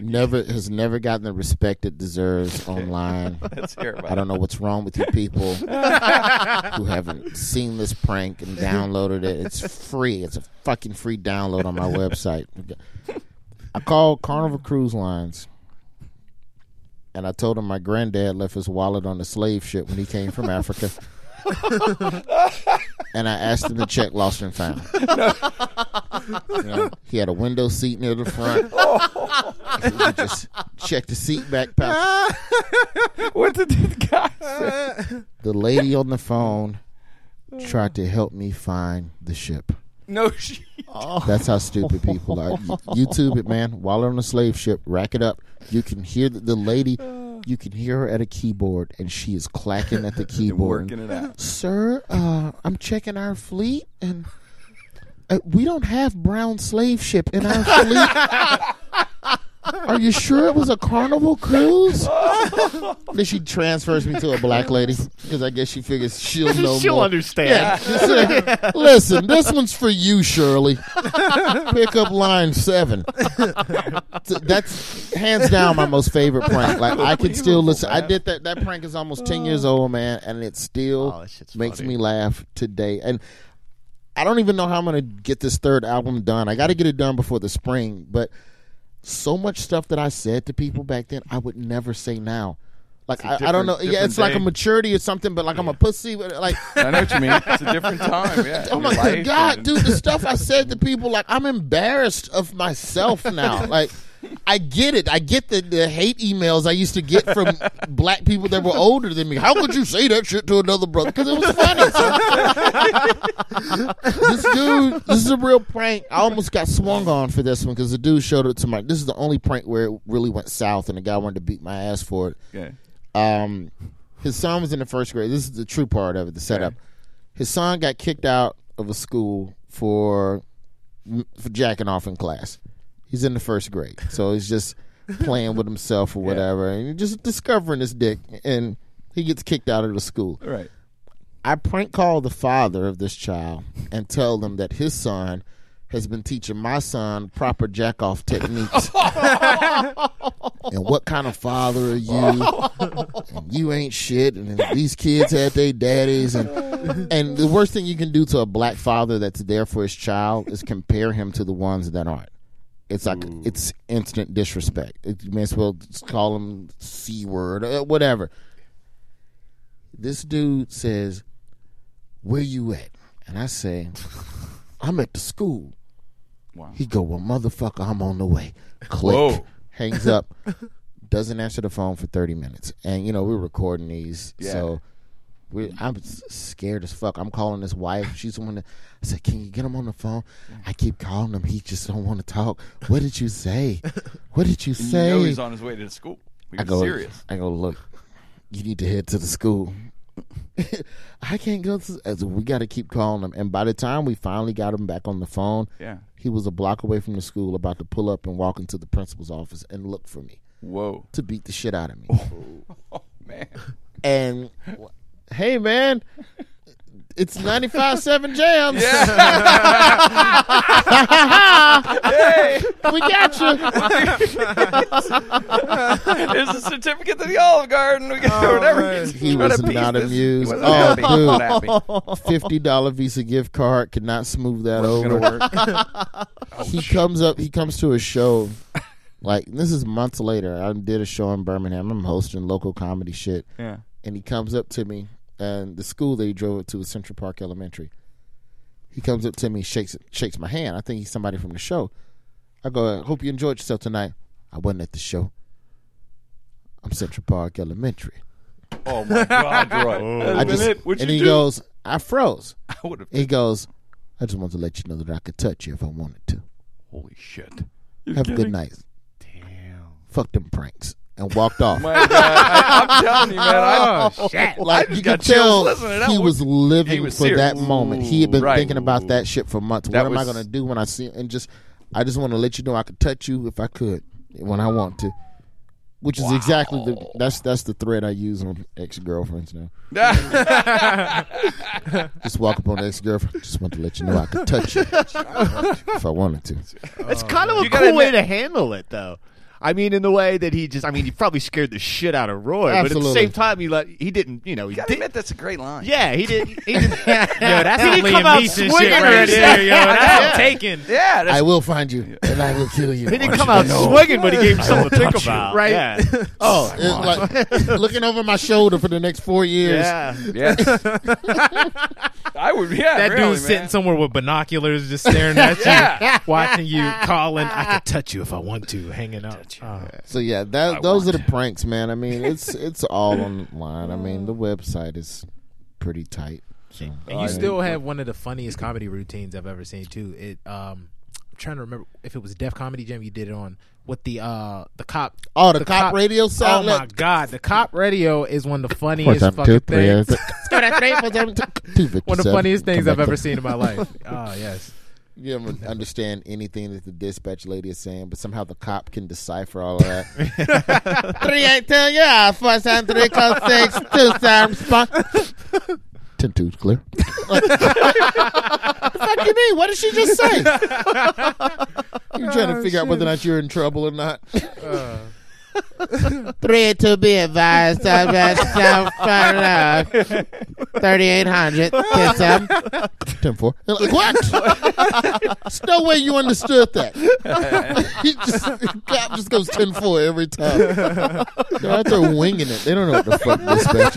[SPEAKER 4] never has never gotten the respect it deserves online.
[SPEAKER 7] let's hear about
[SPEAKER 4] I don't know what's wrong with you people who haven't seen this prank and downloaded it. It's free. It's a fucking free download on my website. I called Carnival Cruise Lines and I told him my granddad left his wallet on the slave ship when he came from Africa. and I asked him to check lost and found. You know, he had a window seat near the front. He could just check the seat back pocket.
[SPEAKER 7] it. What did the guy say?
[SPEAKER 4] The lady on the phone tried to help me find the ship.
[SPEAKER 7] No, she. Oh.
[SPEAKER 4] That's how stupid people are. You- YouTube it, man. While on a slave ship, rack it up. You can hear the, the lady. You can hear her at a keyboard, and she is clacking at the keyboard.
[SPEAKER 7] Working it out.
[SPEAKER 4] Sir, uh, I'm checking our fleet, and uh, we don't have brown slave ship in our fleet. Are you sure it was a carnival cruise? then she transfers me to a black lady because I guess she figures she'll know
[SPEAKER 5] She'll
[SPEAKER 4] more.
[SPEAKER 5] understand.
[SPEAKER 4] Yeah. Listen, this one's for you, Shirley. Pick up line seven. So That's hands down my most favorite prank. Like I can still listen. I did that. That prank is almost ten years old, man, and it
[SPEAKER 5] Oh,
[SPEAKER 4] still
[SPEAKER 5] that shit's
[SPEAKER 4] makes
[SPEAKER 5] funny.
[SPEAKER 4] me laugh today. And I don't even know how I'm gonna get this third album done. I got to get it done before the spring, but so much stuff that I said to people back then I would never say now. Like I, I
[SPEAKER 7] different-
[SPEAKER 4] don't know. Yeah,
[SPEAKER 7] different
[SPEAKER 4] it's like a
[SPEAKER 7] day.
[SPEAKER 4] maturity or something. But like I'm a pussy. but, Like
[SPEAKER 7] I know what you mean. It's a different time. Yeah. Your
[SPEAKER 4] oh my
[SPEAKER 7] life
[SPEAKER 4] god,
[SPEAKER 7] and-
[SPEAKER 4] dude, the stuff I said to people. Like I'm embarrassed of myself now. Like I get it. I get the, the hate emails I used to get from black people that were older than me. How could you say that shit to another brother? Because it was funny. this dude, this is a real prank. I almost got swung on for this one because the dude showed it to my. This is the only prank where it really went south, and the guy wanted to beat my ass for it.
[SPEAKER 7] Okay.
[SPEAKER 4] Um, his son was in the first grade. This is the true part of it, the setup. His son got kicked out of a school for for jacking off in class. He's in the first grade, so he's just playing with himself or whatever, and he's just discovering his dick. And he gets kicked out of the school.
[SPEAKER 7] All right.
[SPEAKER 4] I prank call the father of this child and tell them that his son has been teaching my son proper jack off techniques. and what kind of father are you? And you ain't shit. And these kids had their daddies. And, and the worst thing you can do to a black father that's there for his child is compare him to the ones that aren't. It's like it's instant disrespect. It, you may as well just call him c word, uh, whatever this dude says, "Where you at?" And I say, "I'm at the school." He go, "Well, motherfucker, I'm on the way." Click.
[SPEAKER 7] Whoa.
[SPEAKER 4] Hangs up. Doesn't answer the phone for thirty minutes, and you know we're recording these, so we I'm s- scared as fuck. I'm calling his wife. She's the one that I said, "Can you get him on the phone?" I keep calling him. He just don't want to talk. What did you say? What did you say?
[SPEAKER 7] You know he's on his way to the school. We
[SPEAKER 4] I
[SPEAKER 7] were
[SPEAKER 4] go,
[SPEAKER 7] serious.
[SPEAKER 4] I go, look, you need to head to the school. I can't go. To, I said, we got to keep calling him. And by the time we finally got him back on the phone,
[SPEAKER 7] Yeah.
[SPEAKER 4] he was a block away from the school, about to pull up and walk into the principal's office and look for me
[SPEAKER 7] Whoa.
[SPEAKER 4] to beat the shit out of me.
[SPEAKER 7] Man.
[SPEAKER 4] and hey, man, it's ninety five seven jams. we got you.
[SPEAKER 7] There's a certificate to the Olive Garden. We got or whatever.
[SPEAKER 4] Oh, He
[SPEAKER 7] Try to
[SPEAKER 4] was
[SPEAKER 7] appease
[SPEAKER 4] not
[SPEAKER 7] this.
[SPEAKER 4] amused.
[SPEAKER 7] He wasn't
[SPEAKER 4] Oh,
[SPEAKER 7] happy. He wasn't
[SPEAKER 4] dude.
[SPEAKER 7] happy.
[SPEAKER 4] fifty dollar Visa gift card could not smooth that
[SPEAKER 7] Gonna
[SPEAKER 4] over.
[SPEAKER 7] work.
[SPEAKER 4] He comes up. He comes to a show. Like this is months later. I did a show in Birmingham. I'm hosting local comedy shit.
[SPEAKER 7] Yeah.
[SPEAKER 4] And he comes up to me, and the school that he drove it to was Central Park Elementary. He comes up to me, shakes shakes my hand. I think he's somebody from the show. I go, I hope you enjoyed yourself tonight. I wasn't at the show. I'm Central Park Elementary.
[SPEAKER 7] Oh my God, Roy. That's
[SPEAKER 4] I
[SPEAKER 7] been
[SPEAKER 4] just,
[SPEAKER 7] it. What'd
[SPEAKER 4] and
[SPEAKER 7] you
[SPEAKER 4] he
[SPEAKER 7] do?
[SPEAKER 4] goes, I froze.
[SPEAKER 7] I would have.
[SPEAKER 4] He goes, I just wanted to let you know that I could touch you if I wanted to.
[SPEAKER 7] Holy shit.
[SPEAKER 4] Have a good night. Damn. Fuck them pranks. And walked off.
[SPEAKER 7] My God. I, I'm telling you, man. I,
[SPEAKER 4] Oh. like you could
[SPEAKER 7] got chills
[SPEAKER 4] tell
[SPEAKER 7] listening to that
[SPEAKER 4] he
[SPEAKER 7] one.
[SPEAKER 4] was living
[SPEAKER 7] He was
[SPEAKER 4] for
[SPEAKER 7] serious.
[SPEAKER 4] that moment. He had been
[SPEAKER 7] Ooh, right.
[SPEAKER 4] thinking about that shit for months.
[SPEAKER 7] That
[SPEAKER 4] what am I
[SPEAKER 7] was-
[SPEAKER 4] gonna do when I see and just I just want to let you know I could touch you if I could when I want to. Which is exactly the that's that's the thread I use on ex girlfriends now. just walk up on ex girlfriend. Just want to let you know I could touch you if I wanted to.
[SPEAKER 5] It's kind of a cool
[SPEAKER 7] gotta
[SPEAKER 5] way to handle it, though. I mean, in the way that he just—I mean, he probably scared the shit out of Roy, but at
[SPEAKER 4] Absolutely.
[SPEAKER 5] the same time, he let, he didn't, you know, he
[SPEAKER 7] gotta
[SPEAKER 5] did.
[SPEAKER 7] admit, that's a great line.
[SPEAKER 5] Yeah, he did. He did. yo, that's
[SPEAKER 6] He
[SPEAKER 5] not
[SPEAKER 6] didn't
[SPEAKER 5] Liam
[SPEAKER 6] come out
[SPEAKER 5] Neeson shit
[SPEAKER 6] swinging
[SPEAKER 5] right
[SPEAKER 6] or
[SPEAKER 5] there, yo.
[SPEAKER 6] That's taken.
[SPEAKER 7] Yeah. That's,
[SPEAKER 4] I will find you and I will kill you.
[SPEAKER 5] He didn't come out swinging, but he gave him something to think about.
[SPEAKER 6] Right.
[SPEAKER 5] Yeah.
[SPEAKER 4] Oh, it's like looking over my shoulder for the next four years.
[SPEAKER 5] yeah.
[SPEAKER 7] yeah. I would. Yeah.
[SPEAKER 6] That
[SPEAKER 7] really,
[SPEAKER 6] dude's sitting
[SPEAKER 7] man.
[SPEAKER 6] somewhere with binoculars, just staring at you,
[SPEAKER 7] Yeah.
[SPEAKER 6] watching you, calling. I could touch you if I want to, hanging out. Oh.
[SPEAKER 4] So yeah, that those are the pranks, man. I mean, it's it's all online. I mean, the website is pretty tight. So
[SPEAKER 6] And you still have one of the funniest comedy routines I've ever seen too. It um I'm trying to remember if it was Def Comedy Jam you did it on with the uh the cop
[SPEAKER 4] Oh, the cop radio sound
[SPEAKER 6] Oh my
[SPEAKER 4] like-
[SPEAKER 6] god, the cop radio is one of the funniest fucking things. One of the funniest things I've ever seen in my life. Oh yes.
[SPEAKER 4] You don't understand anything that the dispatch lady is saying, but somehow the cop can decipher all of that. three eight ten, yeah, four seven three code six two seven spot. Ten two's clear. fuck you mean? What did she just say? You're trying to figure out whether or not you're in trouble or not. Three to be advised. I'm 3800 10 7 10 4. They're like, what? There's no way you understood that. he just, Cap just goes 10 4 every time. They're out there winging it. They don't know what the fuck dispatch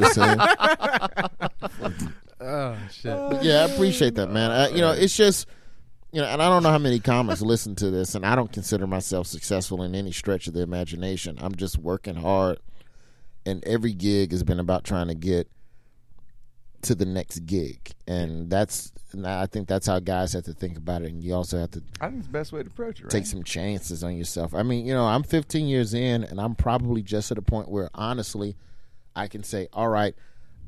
[SPEAKER 4] is saying.
[SPEAKER 6] Oh shit.
[SPEAKER 4] Yeah, I appreciate that, man. Uh, you know, it's just you know, and I don't know how many comics listen to this, and I don't consider myself successful in any stretch of the imagination. I'm just working hard, and every gig has been about trying to get to the next gig, and that's. And I think that's how guys have to think about it, and you also have to
[SPEAKER 3] I think it's the best way to approach it, right?
[SPEAKER 4] take some chances on yourself. I mean, you know, I'm 15 years in, and I'm probably just at a point where, honestly, I can say, all right,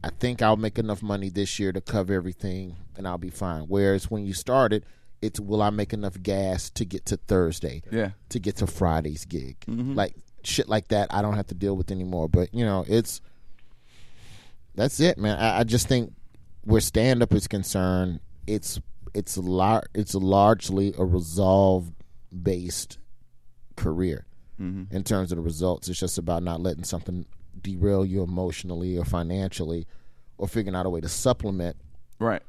[SPEAKER 4] I think I'll make enough money this year to cover everything, and I'll be fine. Whereas when you started, it's will I make enough gas to get to Thursday?
[SPEAKER 3] Yeah. Mm-hmm.
[SPEAKER 4] To get to Friday's gig, like shit like that. I don't have to deal with anymore. But you know, it's that's it, man. I, I just think where stand up is concerned, it's it's lar- it's largely a resolve based career
[SPEAKER 3] Mm-hmm.
[SPEAKER 4] in terms of the results. It's just about not letting something derail you emotionally or financially, or figuring out a way to supplement
[SPEAKER 3] Right.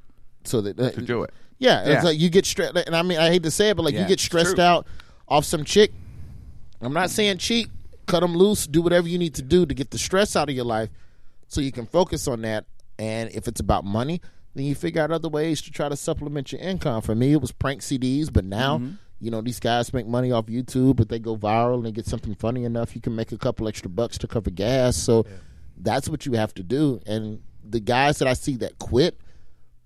[SPEAKER 4] so that uh,
[SPEAKER 3] To do it.
[SPEAKER 4] Yeah, it's
[SPEAKER 3] Yeah.
[SPEAKER 4] like you get stressed, and I mean, I hate to say it, but like
[SPEAKER 3] Yeah,
[SPEAKER 4] you get
[SPEAKER 3] it's
[SPEAKER 4] stressed
[SPEAKER 3] true.
[SPEAKER 4] out off some chick. I'm not saying cheat, cut them loose, do whatever you need to do to get the stress out of your life, so you can focus on that. And if it's about money, then you figure out other ways to try to supplement your income. For me, it was prank CDs, but now.
[SPEAKER 3] Mm-hmm.
[SPEAKER 4] You know these guys make money off YouTube, but they go viral and they get something funny enough. You can make a couple extra bucks to cover gas, so that's what you have to do. And the guys that I see that quit,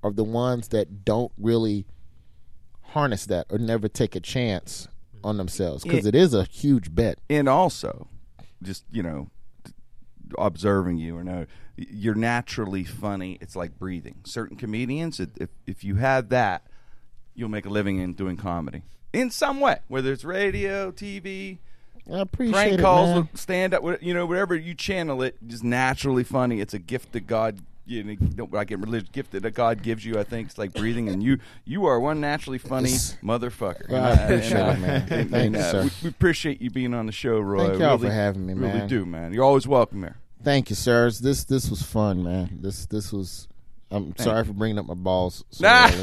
[SPEAKER 4] are the ones that don't really harness that or never take a chance on themselves because it is a huge bet.
[SPEAKER 3] and also just you know observing you or no you're naturally funny it's like breathing certain comedians if- if, if you have that you'll make a living in doing comedy in some way whether it's radio tv
[SPEAKER 4] I appreciate
[SPEAKER 3] prank
[SPEAKER 4] it, man.
[SPEAKER 3] calls stand up you know whatever you channel it is naturally funny it's a gift that god you know, I get religious gift that God gives you. I think it's like breathing, and you you are one naturally funny motherfucker.
[SPEAKER 4] Well, I
[SPEAKER 3] And
[SPEAKER 4] appreciate
[SPEAKER 3] and I-
[SPEAKER 4] it, man.
[SPEAKER 3] and-
[SPEAKER 4] Thank you,
[SPEAKER 3] and, uh,
[SPEAKER 4] sir.
[SPEAKER 3] We, we appreciate you being on the show, Roy.
[SPEAKER 4] Thank y'all
[SPEAKER 3] Really-
[SPEAKER 4] for having me,
[SPEAKER 3] Really
[SPEAKER 4] man.
[SPEAKER 3] do, man. You're always welcome here.
[SPEAKER 4] Thank you, sirs. This this was fun, man. This this was. I'm sorry for bringing up my balls. So
[SPEAKER 3] Nah.
[SPEAKER 4] early.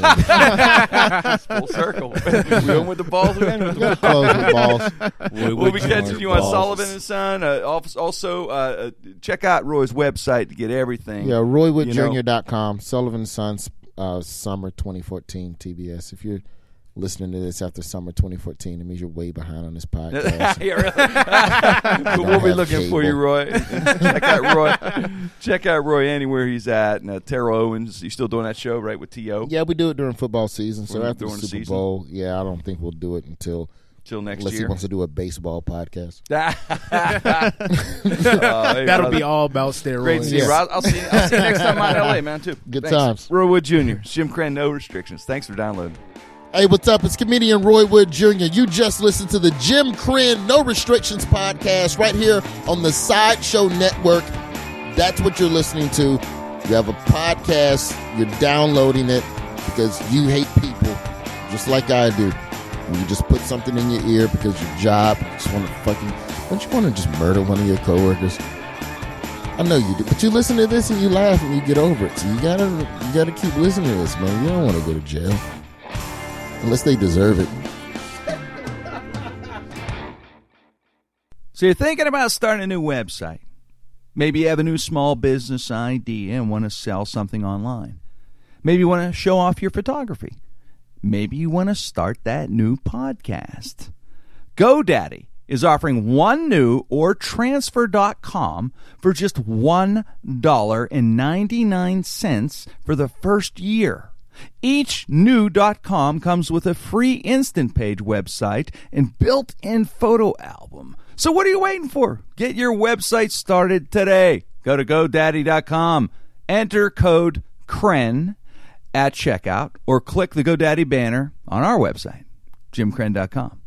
[SPEAKER 4] I'm
[SPEAKER 3] Full circle. we went with the balls. We end with the
[SPEAKER 4] gonna close with balls.
[SPEAKER 3] We'll be catching you on Sullivan and Son. Uh, al- also, uh, uh, check out Roy's website to get everything.
[SPEAKER 4] Yeah,
[SPEAKER 3] You know,
[SPEAKER 4] RoyWoodJr.com, Sullivan Sons, uh, summer 2014 TBS. If you're listening to this after summer 2014, it means you're way behind on this podcast.
[SPEAKER 3] Yeah, really. but we'll be
[SPEAKER 4] have
[SPEAKER 3] looking for you,
[SPEAKER 4] cable.
[SPEAKER 3] Roy. check out Roy. Check out Roy anywhere he's at. And uh, Terrell Owens, you still doing that show right with To?
[SPEAKER 4] Yeah, we do it during football season. So
[SPEAKER 3] During-
[SPEAKER 4] after the
[SPEAKER 3] during the
[SPEAKER 4] Super
[SPEAKER 3] season?
[SPEAKER 4] Bowl, yeah, I don't think we'll do it until
[SPEAKER 3] Till next
[SPEAKER 4] unless he
[SPEAKER 3] year. Oh,
[SPEAKER 4] wants to do a baseball podcast.
[SPEAKER 6] That'll be all about steroids.
[SPEAKER 3] Great to see you,
[SPEAKER 4] Yes.
[SPEAKER 3] Rob. I'll see you, I'll see you next time I'm in LA, man, too.
[SPEAKER 4] Good
[SPEAKER 3] Thanks.
[SPEAKER 4] times.
[SPEAKER 3] Roy Wood Jr., Jim Cran, no restrictions. Thanks for downloading.
[SPEAKER 4] Hey, what's up? It's comedian Roy Wood Jr. You just listened to the Jim Crenn No Restrictions podcast right here on the Sideshow Network. That's what you're listening to. You have a podcast, you're downloading it because you hate people just like I do. And you just put something in your ear because your job you just want to fucking. Don't you want to just murder one of your coworkers? I know you do, but you listen to this and you laugh and you get over it. So you gotta, you gotta keep listening to this, man. You don't want to go to jail unless they deserve it.
[SPEAKER 3] So you're thinking about starting a new website. Maybe you have a new small business idea and want to sell something online. Maybe you want to show off your photography. Maybe you want to start that new podcast. GoDaddy is offering one new or transfer.com for just $1.99 for the first year. Each new .com comes with a free instant page website and built-in photo album. So what are you waiting for? Get your website started today. Go to godaddy.com, enter code CREN at checkout or click the GoDaddy banner on our website, jimcren.com.